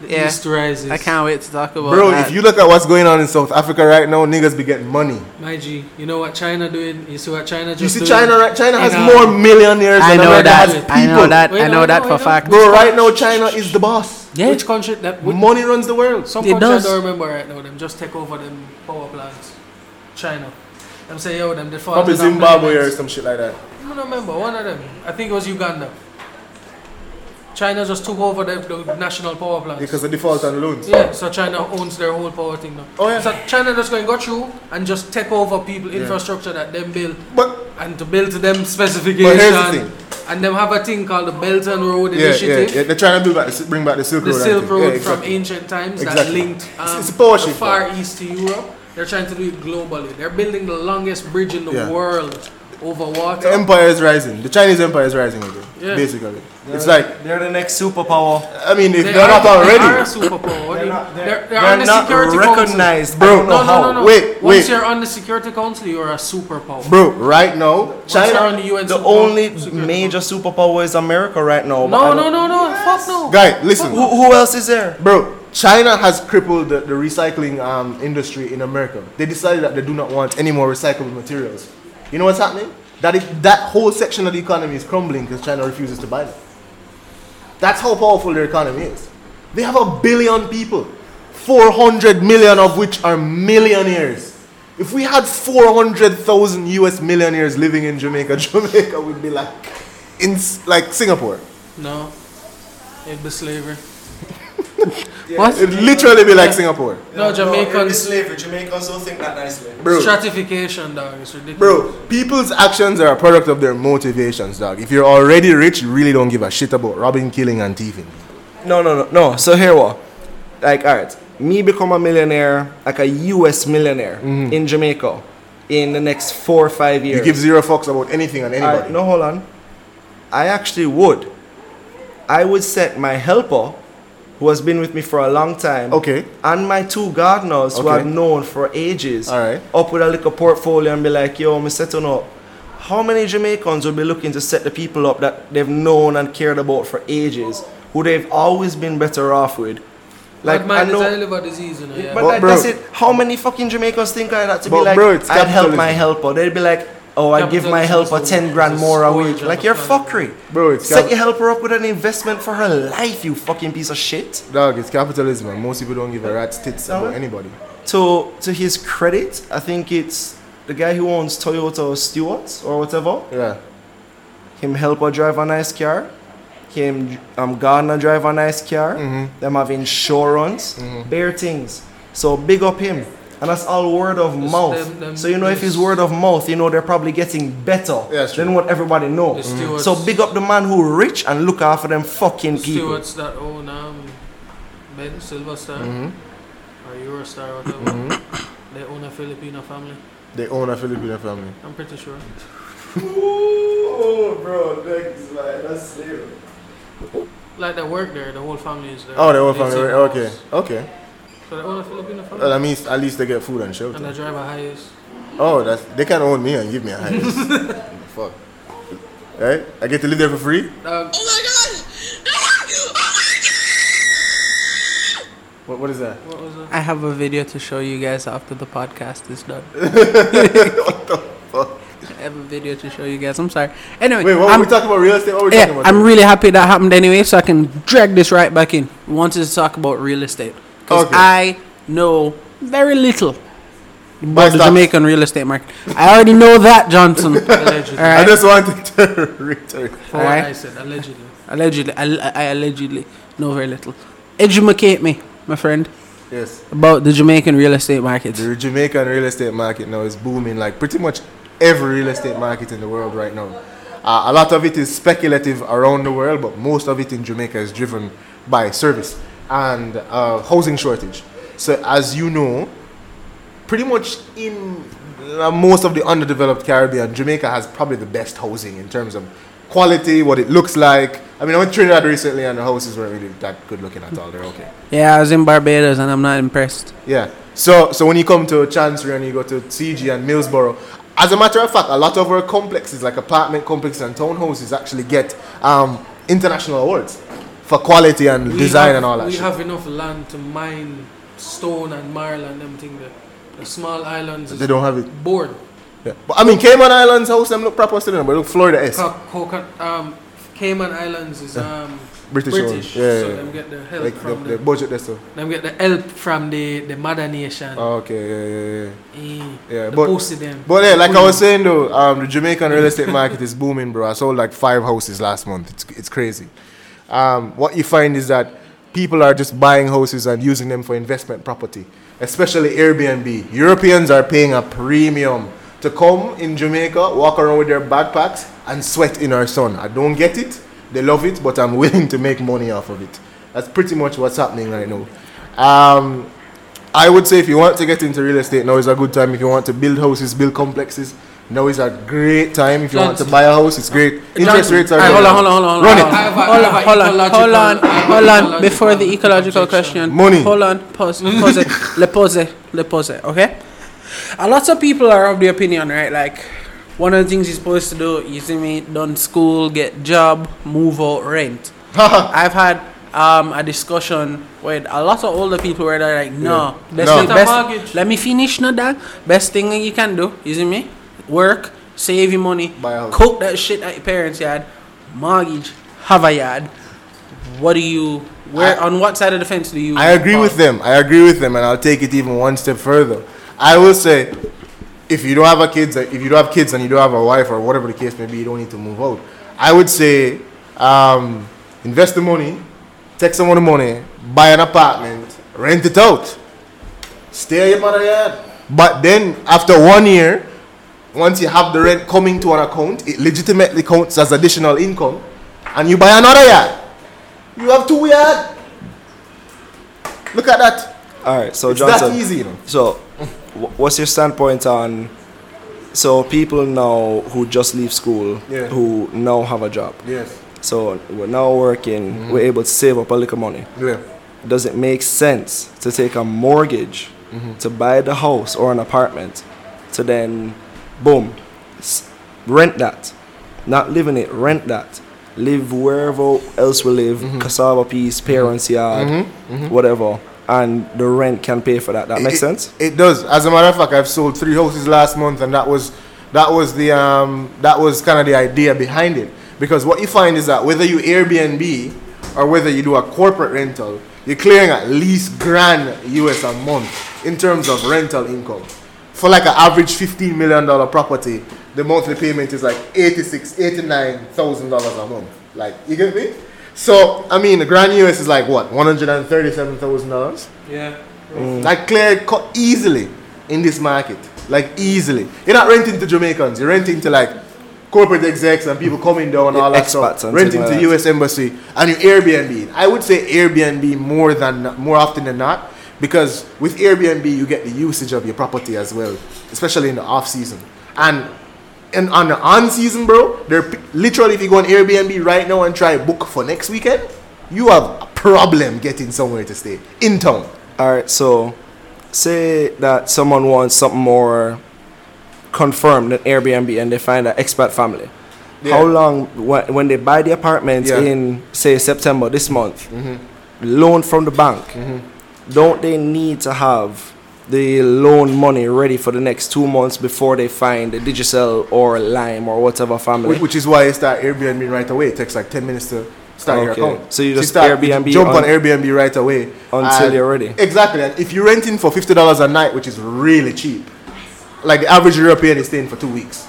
[SPEAKER 4] The
[SPEAKER 1] Yeah.
[SPEAKER 4] East rises.
[SPEAKER 1] I can't wait to talk about
[SPEAKER 3] Bro,
[SPEAKER 1] that.
[SPEAKER 3] if you look at what's going on in South Africa right now, niggas be getting money.
[SPEAKER 4] My G, you know what China doing? You see what China just
[SPEAKER 3] You see,
[SPEAKER 4] doing?
[SPEAKER 3] China, right? China has
[SPEAKER 4] And, uh,
[SPEAKER 3] more millionaires
[SPEAKER 1] I
[SPEAKER 3] than
[SPEAKER 1] know
[SPEAKER 3] America
[SPEAKER 1] that.
[SPEAKER 3] has
[SPEAKER 1] I know
[SPEAKER 3] people.
[SPEAKER 1] that.
[SPEAKER 4] Wait,
[SPEAKER 1] I
[SPEAKER 4] no,
[SPEAKER 1] know
[SPEAKER 4] no,
[SPEAKER 1] that for
[SPEAKER 4] wait, no.
[SPEAKER 1] fact.
[SPEAKER 3] Bro, right now China is the boss.
[SPEAKER 1] Yeah. Mm.
[SPEAKER 4] Which country? That, which,
[SPEAKER 3] Money runs the world.
[SPEAKER 4] some
[SPEAKER 1] It
[SPEAKER 4] country
[SPEAKER 1] does.
[SPEAKER 4] I don't remember right now. Them just take over them power plants. China. Them say yo, them they fall.
[SPEAKER 3] Probably
[SPEAKER 4] down
[SPEAKER 3] Zimbabwe or
[SPEAKER 4] pyramids.
[SPEAKER 3] some shit like that.
[SPEAKER 4] I don't remember one of them. I think it was Uganda. China just took over the, the national power plants.
[SPEAKER 3] Because of default on loans.
[SPEAKER 4] Yeah, so China owns their whole power thing now.
[SPEAKER 3] Oh, yeah.
[SPEAKER 4] So China just going to go through and just take over people infrastructure that them build
[SPEAKER 3] But
[SPEAKER 4] and to build to them specification.
[SPEAKER 3] But here's the thing.
[SPEAKER 4] And them have a thing called the Belt and Road
[SPEAKER 3] yeah, yeah,
[SPEAKER 4] Initiative.
[SPEAKER 3] yeah, they're trying to build back the, bring back the Silk
[SPEAKER 4] The
[SPEAKER 3] Road. I
[SPEAKER 4] Silk
[SPEAKER 3] think.
[SPEAKER 4] Road
[SPEAKER 3] Yeah,
[SPEAKER 4] from
[SPEAKER 3] exactly.
[SPEAKER 4] ancient times that
[SPEAKER 3] Exactly.
[SPEAKER 4] linked
[SPEAKER 3] It's-
[SPEAKER 4] um,
[SPEAKER 3] it's a powership,
[SPEAKER 4] the Far East to Europe. They're trying to do it globally. They're building the longest bridge in the
[SPEAKER 3] Yeah.
[SPEAKER 4] world over water.
[SPEAKER 3] The empire is rising. The Chinese empire is rising again.
[SPEAKER 4] Yeah.
[SPEAKER 3] Basically, it's like
[SPEAKER 2] They're the next superpower.
[SPEAKER 3] I mean, if
[SPEAKER 4] They
[SPEAKER 3] they are not
[SPEAKER 4] are- they
[SPEAKER 3] already,
[SPEAKER 4] are a superpower. What do
[SPEAKER 2] They're
[SPEAKER 4] you-
[SPEAKER 2] not,
[SPEAKER 4] they're-
[SPEAKER 2] they're,
[SPEAKER 4] they're on
[SPEAKER 2] they're
[SPEAKER 4] the
[SPEAKER 2] not
[SPEAKER 4] Security Council.
[SPEAKER 2] recognized.
[SPEAKER 3] Bro,
[SPEAKER 2] I
[SPEAKER 4] No,
[SPEAKER 2] don't know
[SPEAKER 4] no,
[SPEAKER 2] how.
[SPEAKER 4] no, no.
[SPEAKER 3] Wait,
[SPEAKER 4] Once
[SPEAKER 3] wait.
[SPEAKER 4] you're on the Security Council, you're a superpower.
[SPEAKER 3] bro, right now
[SPEAKER 4] you're
[SPEAKER 3] China.
[SPEAKER 4] on the UN
[SPEAKER 2] The
[SPEAKER 4] superpower-
[SPEAKER 2] only
[SPEAKER 4] Security
[SPEAKER 2] major superpower is America right now. but I
[SPEAKER 4] No,
[SPEAKER 2] don't-
[SPEAKER 4] no, no, no. Fuck no.
[SPEAKER 3] Guy, listen,
[SPEAKER 2] Who, who else is there?
[SPEAKER 3] bro. China has crippled the, the recycling um, industry in America. They decided that they do not want any more recyclable materials. You know what's happening? That it, that whole section of the economy is crumbling because China refuses to buy them. That's how powerful their economy is. They have a billion people, 400 million of which are millionaires. If we had 400,000 US millionaires living in Jamaica, [laughs] Jamaica would be like in s- like Singapore.
[SPEAKER 4] No. It'd be slavery.
[SPEAKER 1] What?
[SPEAKER 3] It'd literally be like Singapore.
[SPEAKER 4] No, Jamaicans.
[SPEAKER 2] slavery. Jamaicans don't think that nicely.
[SPEAKER 3] Bro.
[SPEAKER 4] Stratification, dog. It's ridiculous.
[SPEAKER 3] Bro, people's actions are a product of their motivations, dog. If you're already rich, you really don't give a shit about robbing, killing, and thieving.
[SPEAKER 2] No, no, no, no. So here what? Like, alright, me become a millionaire, like a U.S. millionaire
[SPEAKER 4] Mm-hmm.
[SPEAKER 2] in Jamaica, in the next four or five years.
[SPEAKER 3] You give zero fucks about anything and
[SPEAKER 2] Alright,
[SPEAKER 3] anybody.
[SPEAKER 2] no, hold on. I actually would. I would set my helper, who has been with me for a long time,
[SPEAKER 3] Okay.
[SPEAKER 2] and my two gardeners who
[SPEAKER 3] Okay.
[SPEAKER 2] I've known for ages,
[SPEAKER 3] Alright.
[SPEAKER 2] up with a little portfolio and be like, yo, I'm setting up. How many Jamaicans will be looking to set the people up that they've known and cared about for ages, who they've always been better off with?
[SPEAKER 4] Like
[SPEAKER 2] Like, I
[SPEAKER 4] man is a
[SPEAKER 2] know.
[SPEAKER 4] liver disease, you know. Yeah.
[SPEAKER 2] But,
[SPEAKER 3] But
[SPEAKER 2] like,
[SPEAKER 3] bro-
[SPEAKER 2] that's it. How many fucking Jamaicans think like that to be
[SPEAKER 3] But
[SPEAKER 2] like,
[SPEAKER 3] bro, it's
[SPEAKER 2] I'd help my
[SPEAKER 3] capitalism.
[SPEAKER 2] helper? They'd be like, oh, I'd give my
[SPEAKER 4] Capitalism
[SPEAKER 2] helper
[SPEAKER 4] is a-
[SPEAKER 2] 10 grand
[SPEAKER 4] is a
[SPEAKER 2] more a week.
[SPEAKER 4] scourge on
[SPEAKER 2] Like,
[SPEAKER 4] the
[SPEAKER 2] you're
[SPEAKER 4] planet.
[SPEAKER 2] fucking.
[SPEAKER 3] Bro, it's
[SPEAKER 2] Set
[SPEAKER 3] cap-
[SPEAKER 2] your helper up with an investment for her life, you fucking piece of shit.
[SPEAKER 3] dog. It's capitalism, and most people don't give a rat's tits about
[SPEAKER 2] Alright.
[SPEAKER 3] anybody.
[SPEAKER 2] To to his credit, I think it's the guy who owns Toyota Stewart or whatever.
[SPEAKER 3] Yeah,
[SPEAKER 2] Him help her drive a nice car. Him um gardener drive a nice car.
[SPEAKER 3] Mm-hmm,
[SPEAKER 2] Them have insurance. Bare things. So big up him. And that's all word of
[SPEAKER 4] It's
[SPEAKER 2] mouth.
[SPEAKER 4] them- them-
[SPEAKER 2] so you know if it's
[SPEAKER 4] yes.
[SPEAKER 2] word of mouth, you know they're probably getting better
[SPEAKER 3] Yeah, it's true.
[SPEAKER 2] than what everybody
[SPEAKER 4] The
[SPEAKER 2] knows.
[SPEAKER 4] stewards,
[SPEAKER 2] So big up the man who rich and look after them fucking people.
[SPEAKER 4] stewards that own um, Ben Silver Star or Eurostar, whatever. They own a Filipino family.
[SPEAKER 3] they own a Filipino family.
[SPEAKER 4] I'm pretty sure.
[SPEAKER 2] Oh, bro, thanks, man. That's serious.
[SPEAKER 4] Like they work there. The whole family is there.
[SPEAKER 3] Oh, they own
[SPEAKER 4] Lives
[SPEAKER 3] family.
[SPEAKER 4] in
[SPEAKER 3] right?
[SPEAKER 4] the
[SPEAKER 3] Okay,
[SPEAKER 4] house.
[SPEAKER 3] okay.
[SPEAKER 4] So they own a Filipino family.
[SPEAKER 3] Well, at least at least they get food and
[SPEAKER 4] and
[SPEAKER 3] shelter.
[SPEAKER 4] they drive a highest.
[SPEAKER 3] Oh, that's they can own me and give me a house. Fuck. Right? I get to live there for free.
[SPEAKER 5] Oh
[SPEAKER 4] Dog,
[SPEAKER 5] my god! Oh my god!
[SPEAKER 3] What, what is that?
[SPEAKER 4] what was
[SPEAKER 1] [laughs]
[SPEAKER 4] it?
[SPEAKER 1] I have a video to show you guys after the podcast is
[SPEAKER 3] [laughs]
[SPEAKER 1] done. I have a video to show you guys. I'm sorry. Anyway,
[SPEAKER 3] Wait, what
[SPEAKER 1] I'm,
[SPEAKER 3] were we talking about? Real estate? What were we talking
[SPEAKER 1] yeah,
[SPEAKER 3] about?
[SPEAKER 1] I'm
[SPEAKER 3] there?
[SPEAKER 1] really happy that happened anyway, so I can drag this right back in. We wanted to talk about real estate because
[SPEAKER 3] Okay.
[SPEAKER 1] I know very little
[SPEAKER 3] Buy
[SPEAKER 1] about the
[SPEAKER 3] stocks.
[SPEAKER 1] Jamaican real estate market. I already know that Johnson.
[SPEAKER 3] [laughs]
[SPEAKER 4] Allegedly.
[SPEAKER 1] All right.
[SPEAKER 3] I just wanted to [laughs] reiterate.
[SPEAKER 4] For what
[SPEAKER 1] Alright.
[SPEAKER 4] I said, allegedly.
[SPEAKER 1] Allegedly, I, I allegedly know very little. Educate me, my friend.
[SPEAKER 3] Yes.
[SPEAKER 1] about the Jamaican real estate market.
[SPEAKER 3] The Jamaican real estate market now is booming, like pretty much every real estate market in the world right now. Uh, a lot of it is speculative around the world, but most of it in Jamaica is driven by service and uh, housing shortage. So, as you know, pretty much in uh, most of the underdeveloped Caribbean, Jamaica has probably the best housing in terms of quality, what it looks like. I mean, I went to Trinidad recently, and the houses weren't really that good looking at all. They're okay.
[SPEAKER 1] Yeah, I was in Barbados and I'm not impressed.
[SPEAKER 3] Yeah. So so when you come to Chancery and you go to CG and Millsboro, as a matter of fact, a lot of our complexes, like apartment complexes and townhouses, actually get um, international awards for quality and
[SPEAKER 4] We
[SPEAKER 3] design
[SPEAKER 4] have-
[SPEAKER 3] and all that.
[SPEAKER 4] We
[SPEAKER 3] shit.
[SPEAKER 4] have enough land to mine stone and marl and them thing there. The small islands
[SPEAKER 3] they
[SPEAKER 4] is
[SPEAKER 3] don't have it.
[SPEAKER 4] bored.
[SPEAKER 3] Yeah. But I mean, Cayman Islands house them look proper still, but look Florida s
[SPEAKER 4] Co- coca- um, Cayman Islands is um,
[SPEAKER 3] British, owned.
[SPEAKER 4] British,
[SPEAKER 3] Yeah.
[SPEAKER 4] so
[SPEAKER 3] yeah,
[SPEAKER 4] them
[SPEAKER 3] yeah.
[SPEAKER 4] get the help
[SPEAKER 3] Like the,
[SPEAKER 4] from
[SPEAKER 3] the
[SPEAKER 4] the,
[SPEAKER 3] budget there so.
[SPEAKER 4] them get the help from the the mother nation.
[SPEAKER 3] Oh, okay. Yeah. Yeah. Yeah.
[SPEAKER 4] Eh,
[SPEAKER 3] Yeah,
[SPEAKER 4] the
[SPEAKER 3] but-
[SPEAKER 4] posted them.
[SPEAKER 3] But yeah, like I was saying though, um, the Jamaican real estate market is booming, bro. I sold like five houses last month. It's it's crazy. Um, what you find is that people are just buying houses and using them for investment property, especially Airbnb. Europeans are paying a premium to come in Jamaica, walk around with their backpacks, and sweat in our sun. I don't get it. They love it, but I'm willing to make money off of it. That's pretty much what's happening right now. Um, I would say if you want to get into real estate, now is a good time. If you want to build houses, build complexes, now is a great time. If you want to buy a house, it's great. Interest
[SPEAKER 4] Johnson,
[SPEAKER 3] rates are.
[SPEAKER 1] Alright, hold on, hold
[SPEAKER 3] low.
[SPEAKER 1] on, hold on,
[SPEAKER 3] Run
[SPEAKER 1] hold on.
[SPEAKER 3] it.
[SPEAKER 4] I have a- I
[SPEAKER 1] Hold
[SPEAKER 4] have
[SPEAKER 1] on,
[SPEAKER 4] a
[SPEAKER 1] hold on, hold on,
[SPEAKER 4] ecological- I have a
[SPEAKER 1] hold on.
[SPEAKER 4] ecological
[SPEAKER 1] Before the ecological question,
[SPEAKER 4] objection.
[SPEAKER 3] Money.
[SPEAKER 1] Hold on, pause, pause
[SPEAKER 3] [laughs]
[SPEAKER 1] it, le pause, le pause. Okay. A lot of people are of the opinion, right? Like, one of the things you're supposed to do, you see me, done school, get job, move out,
[SPEAKER 3] [laughs]
[SPEAKER 1] rent. I've had um, a discussion with a lot of older people where they're like, no, best
[SPEAKER 3] No.
[SPEAKER 1] thing-
[SPEAKER 4] Get a
[SPEAKER 1] best-
[SPEAKER 4] mortgage.
[SPEAKER 1] let me finish, no, dog. Best thing you can do, you see me, work, save your money,
[SPEAKER 3] Buy a house.
[SPEAKER 1] cook that shit at your parents' yard, mortgage, have a yard. What do you, where,
[SPEAKER 3] I-
[SPEAKER 1] on what side of the fence do you?
[SPEAKER 3] I agree with them. I agree with them, and I'll take it even one step further. I will say, if you don't have a kids, if you don't have kids and you don't have a wife or whatever the case may be, you don't need to move out. I would say, um, invest the money, take some of the money, buy an apartment, rent it out, stay at your mother yard. But then after one year, once you have the rent coming to an account, it legitimately counts as additional income, and you buy another yard. You have two yard. Look at that.
[SPEAKER 2] All right, so
[SPEAKER 3] it's
[SPEAKER 2] Johnson.
[SPEAKER 3] that easy, you know.
[SPEAKER 2] So, wh- what's your standpoint on? So people now who just leave school,
[SPEAKER 3] Yeah.
[SPEAKER 2] who now have a job,
[SPEAKER 3] Yes.
[SPEAKER 2] so we're now working, we're able to save up a little money.
[SPEAKER 3] Yeah.
[SPEAKER 2] Does it make sense to take a mortgage to buy the house or an apartment, to then, boom, s- rent that, not live in it, rent that, live wherever else we live, cassava piece, parents' yard, whatever, and the rent can pay for that. That makes
[SPEAKER 3] It-
[SPEAKER 2] sense.
[SPEAKER 3] It does. As a matter of fact, I've sold three houses last month, and that was that was the um that was kind of the idea behind it. Because what you find is that whether you Airbnb or whether you do a corporate rental, you're clearing at least grand US a month in terms of rental income. For like an average fifteen million dollar property, the monthly payment is like eighty six, eighty nine thousand dollars a month. Like you get me? So I mean, the grand US is like what one hundred and thirty seven thousand dollars.
[SPEAKER 4] Yeah.
[SPEAKER 2] Mm.
[SPEAKER 3] Like clear cut easily in this market. Like easily. You're not renting to Jamaicans, you're renting to like corporate execs and people coming down and all that
[SPEAKER 2] Expats
[SPEAKER 3] stuff.
[SPEAKER 2] and
[SPEAKER 3] Renting
[SPEAKER 2] things
[SPEAKER 3] to
[SPEAKER 2] like
[SPEAKER 3] US
[SPEAKER 2] that.
[SPEAKER 3] Embassy and you Airbnb. I would say Airbnb more than more often than not. Because with Airbnb you get the usage of your property as well, especially in the off season. And and on the on season, bro, they're p- literally if you go on Airbnb right now and try book for next weekend, you have a problem getting somewhere to stay in town.
[SPEAKER 2] All right, so say that someone wants something more confirmed than Airbnb and they find an expat family. How
[SPEAKER 3] Yeah.
[SPEAKER 2] long, wh- when they buy the apartment
[SPEAKER 3] Yeah. Mm-hmm.
[SPEAKER 2] in, say, September this month, loan from the bank, don't they need to have the loan money ready for the next two months before they find a Digicel or Lime or whatever family?
[SPEAKER 3] Which, which is why you start Airbnb right away. It takes like 10 minutes to start your
[SPEAKER 2] Okay.
[SPEAKER 3] account.
[SPEAKER 2] So you just
[SPEAKER 3] start,
[SPEAKER 2] Airbnb
[SPEAKER 3] jump on,
[SPEAKER 2] on-
[SPEAKER 3] Airbnb right away
[SPEAKER 2] Until
[SPEAKER 3] and-
[SPEAKER 2] you're ready.
[SPEAKER 3] Exactly. And if you're renting for $50 a night, which is really cheap, like the average European is staying for two weeks.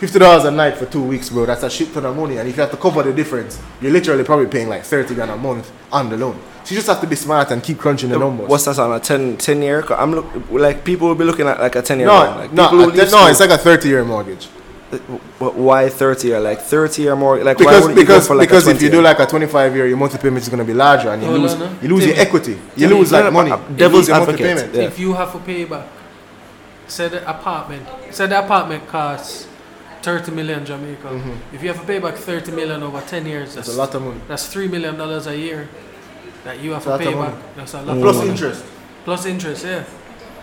[SPEAKER 3] Fifty dollars a night for two weeks, bro. That's a shit ton of money, and if you have to cover the difference, you're literally probably paying like thirty grand a month on the loan. So you just have to be smart and keep crunching the numbers.
[SPEAKER 2] What's that on a 10, 10 year? co- I'm look like people will be looking at like a ten year.
[SPEAKER 3] no,
[SPEAKER 2] loan. like,
[SPEAKER 3] no,
[SPEAKER 2] people will
[SPEAKER 3] a ten-
[SPEAKER 2] use
[SPEAKER 3] no,
[SPEAKER 2] to-
[SPEAKER 3] it's like a thirty-year mortgage.
[SPEAKER 2] Wh- why 30 year like 30 year more like why
[SPEAKER 3] Because
[SPEAKER 2] wouldn't you go
[SPEAKER 3] because
[SPEAKER 2] for like
[SPEAKER 3] because
[SPEAKER 2] a
[SPEAKER 3] if you
[SPEAKER 2] 20
[SPEAKER 3] do
[SPEAKER 2] year?
[SPEAKER 3] like a twenty-five year, your monthly payment is gonna be larger, and you
[SPEAKER 4] No, no,
[SPEAKER 3] lose
[SPEAKER 4] no.
[SPEAKER 3] you lose your
[SPEAKER 4] Timmy.
[SPEAKER 3] equity. You
[SPEAKER 2] Timmy,
[SPEAKER 3] lose
[SPEAKER 2] no,
[SPEAKER 3] like
[SPEAKER 2] no,
[SPEAKER 3] money.
[SPEAKER 2] uh,
[SPEAKER 3] You lose
[SPEAKER 2] devil's
[SPEAKER 3] your monthly
[SPEAKER 2] advocate.
[SPEAKER 3] payment.
[SPEAKER 2] Yeah.
[SPEAKER 4] If you have to pay back, say the apartment, say the apartment costs 30 million Jamaica. If you have to pay back 30 million over 10 years, that's,
[SPEAKER 3] It's Mm-hmm. a lot of money.
[SPEAKER 4] that's $3 million dollars a year that you have
[SPEAKER 3] That's
[SPEAKER 4] to
[SPEAKER 3] a
[SPEAKER 4] pay
[SPEAKER 3] lot of
[SPEAKER 4] back. That's a lot of
[SPEAKER 3] Plus
[SPEAKER 4] money.
[SPEAKER 3] interest.
[SPEAKER 4] Plus interest, yeah.